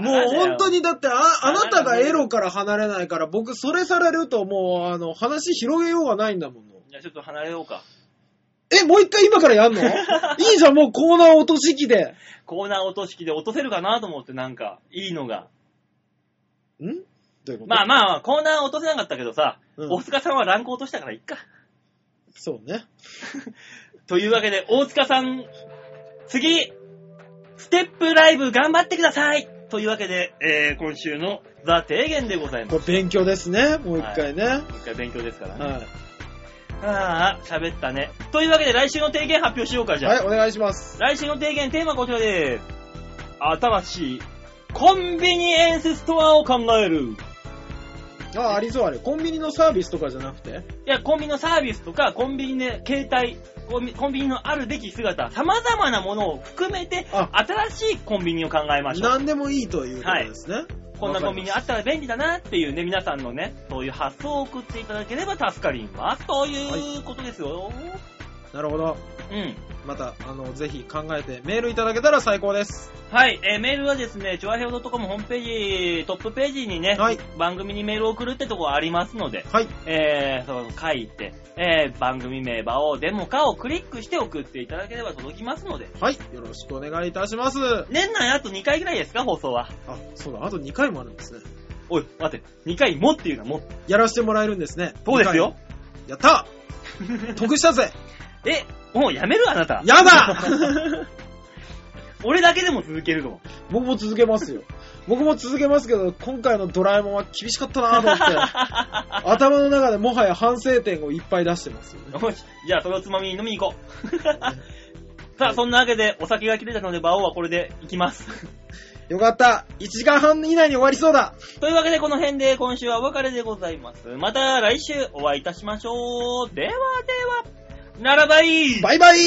S2: もう本当
S3: に。
S2: にだってあ、あなたがエロから離れないから、僕それされるともう、あの、話広げようがないんだもの。
S3: じゃあちょっと離れようか。
S2: え、もう一回今からや んのいいじゃん、もうコーナー落とし機で。
S3: コーナー落とし器で落とせるかなと思ってなんか、いいのが。
S2: んどういうこと
S3: まあまあ、コーナー落とせなかったけどさ、
S2: うん
S3: 大塚さんはランク落としたからいっか。
S2: そうね。
S3: というわけで、大塚さん、次、ステップライブ頑張ってくださいというわけで、えー、今週のザ・提言でございます。
S2: これ勉強ですね、もう一回ね。は
S3: もう一回勉強ですから
S2: い。
S3: ね。ああ、喋ったね。というわけで来週の提言発表しようか、じゃあ。
S2: はい、お願いします。
S3: 来週の提言テーマこちらです。新しいコンビニエンスストアを考える。い
S2: あ、ありそうあれ。コンビニのサービスとかじゃなくて
S3: や、コンビニのサービスとか、コンビニで携帯、コンビコンビニのあるべき姿、様々なものを含めて、
S2: あ
S3: 新しいコンビニを考えましょう。
S2: 何でもいいということですね。
S3: こんなコンビニあったら便利だなっていうね、皆さんのね、そういう発想を送っていただければ助かります。ということですよ。
S2: なるほど。
S3: うん。
S2: また、あの、ぜひ考えてメールいただけたら最高です。
S3: はい、えーメールはですね、ちょわへお .com ホームページ、トップページにね、
S2: はい
S3: 番組にメールを送るってとこありますので、
S2: はい。
S3: えー、その書いて、えー、番組名、場をデモかをクリックして送っていただければ届きますので、
S2: はい。よろしくお願いいたします。
S3: 年内あと2回ぐらいですか、放送は。
S2: あ、そうだ、あと2回もあるんですね。
S3: おい、待って、2回もっていうのはもう、
S2: やらせてもらえるんですね。
S3: そうですよ。
S2: 二回。やった得したぜ
S3: え、もうやめるあなた。
S2: やだ
S3: 俺だけでも続けるの。
S2: 僕も続けます よ。僕も続けますけど、今回のドラえもんは厳しかったなと 思って、頭の中でもはや反省点をいっぱい出してますよね。
S3: よし、じゃあそれをつまみに飲みに行こう。 さあ、そんなわけで、お酒が切れたので、場をはこれで行きます。
S2: よかった。1時間半以内に終わりそうだ。
S3: というわけでこの辺で今週はお別れでございます。また来週お会いいたしましょう。ではでは、ならばいい
S2: バイバイ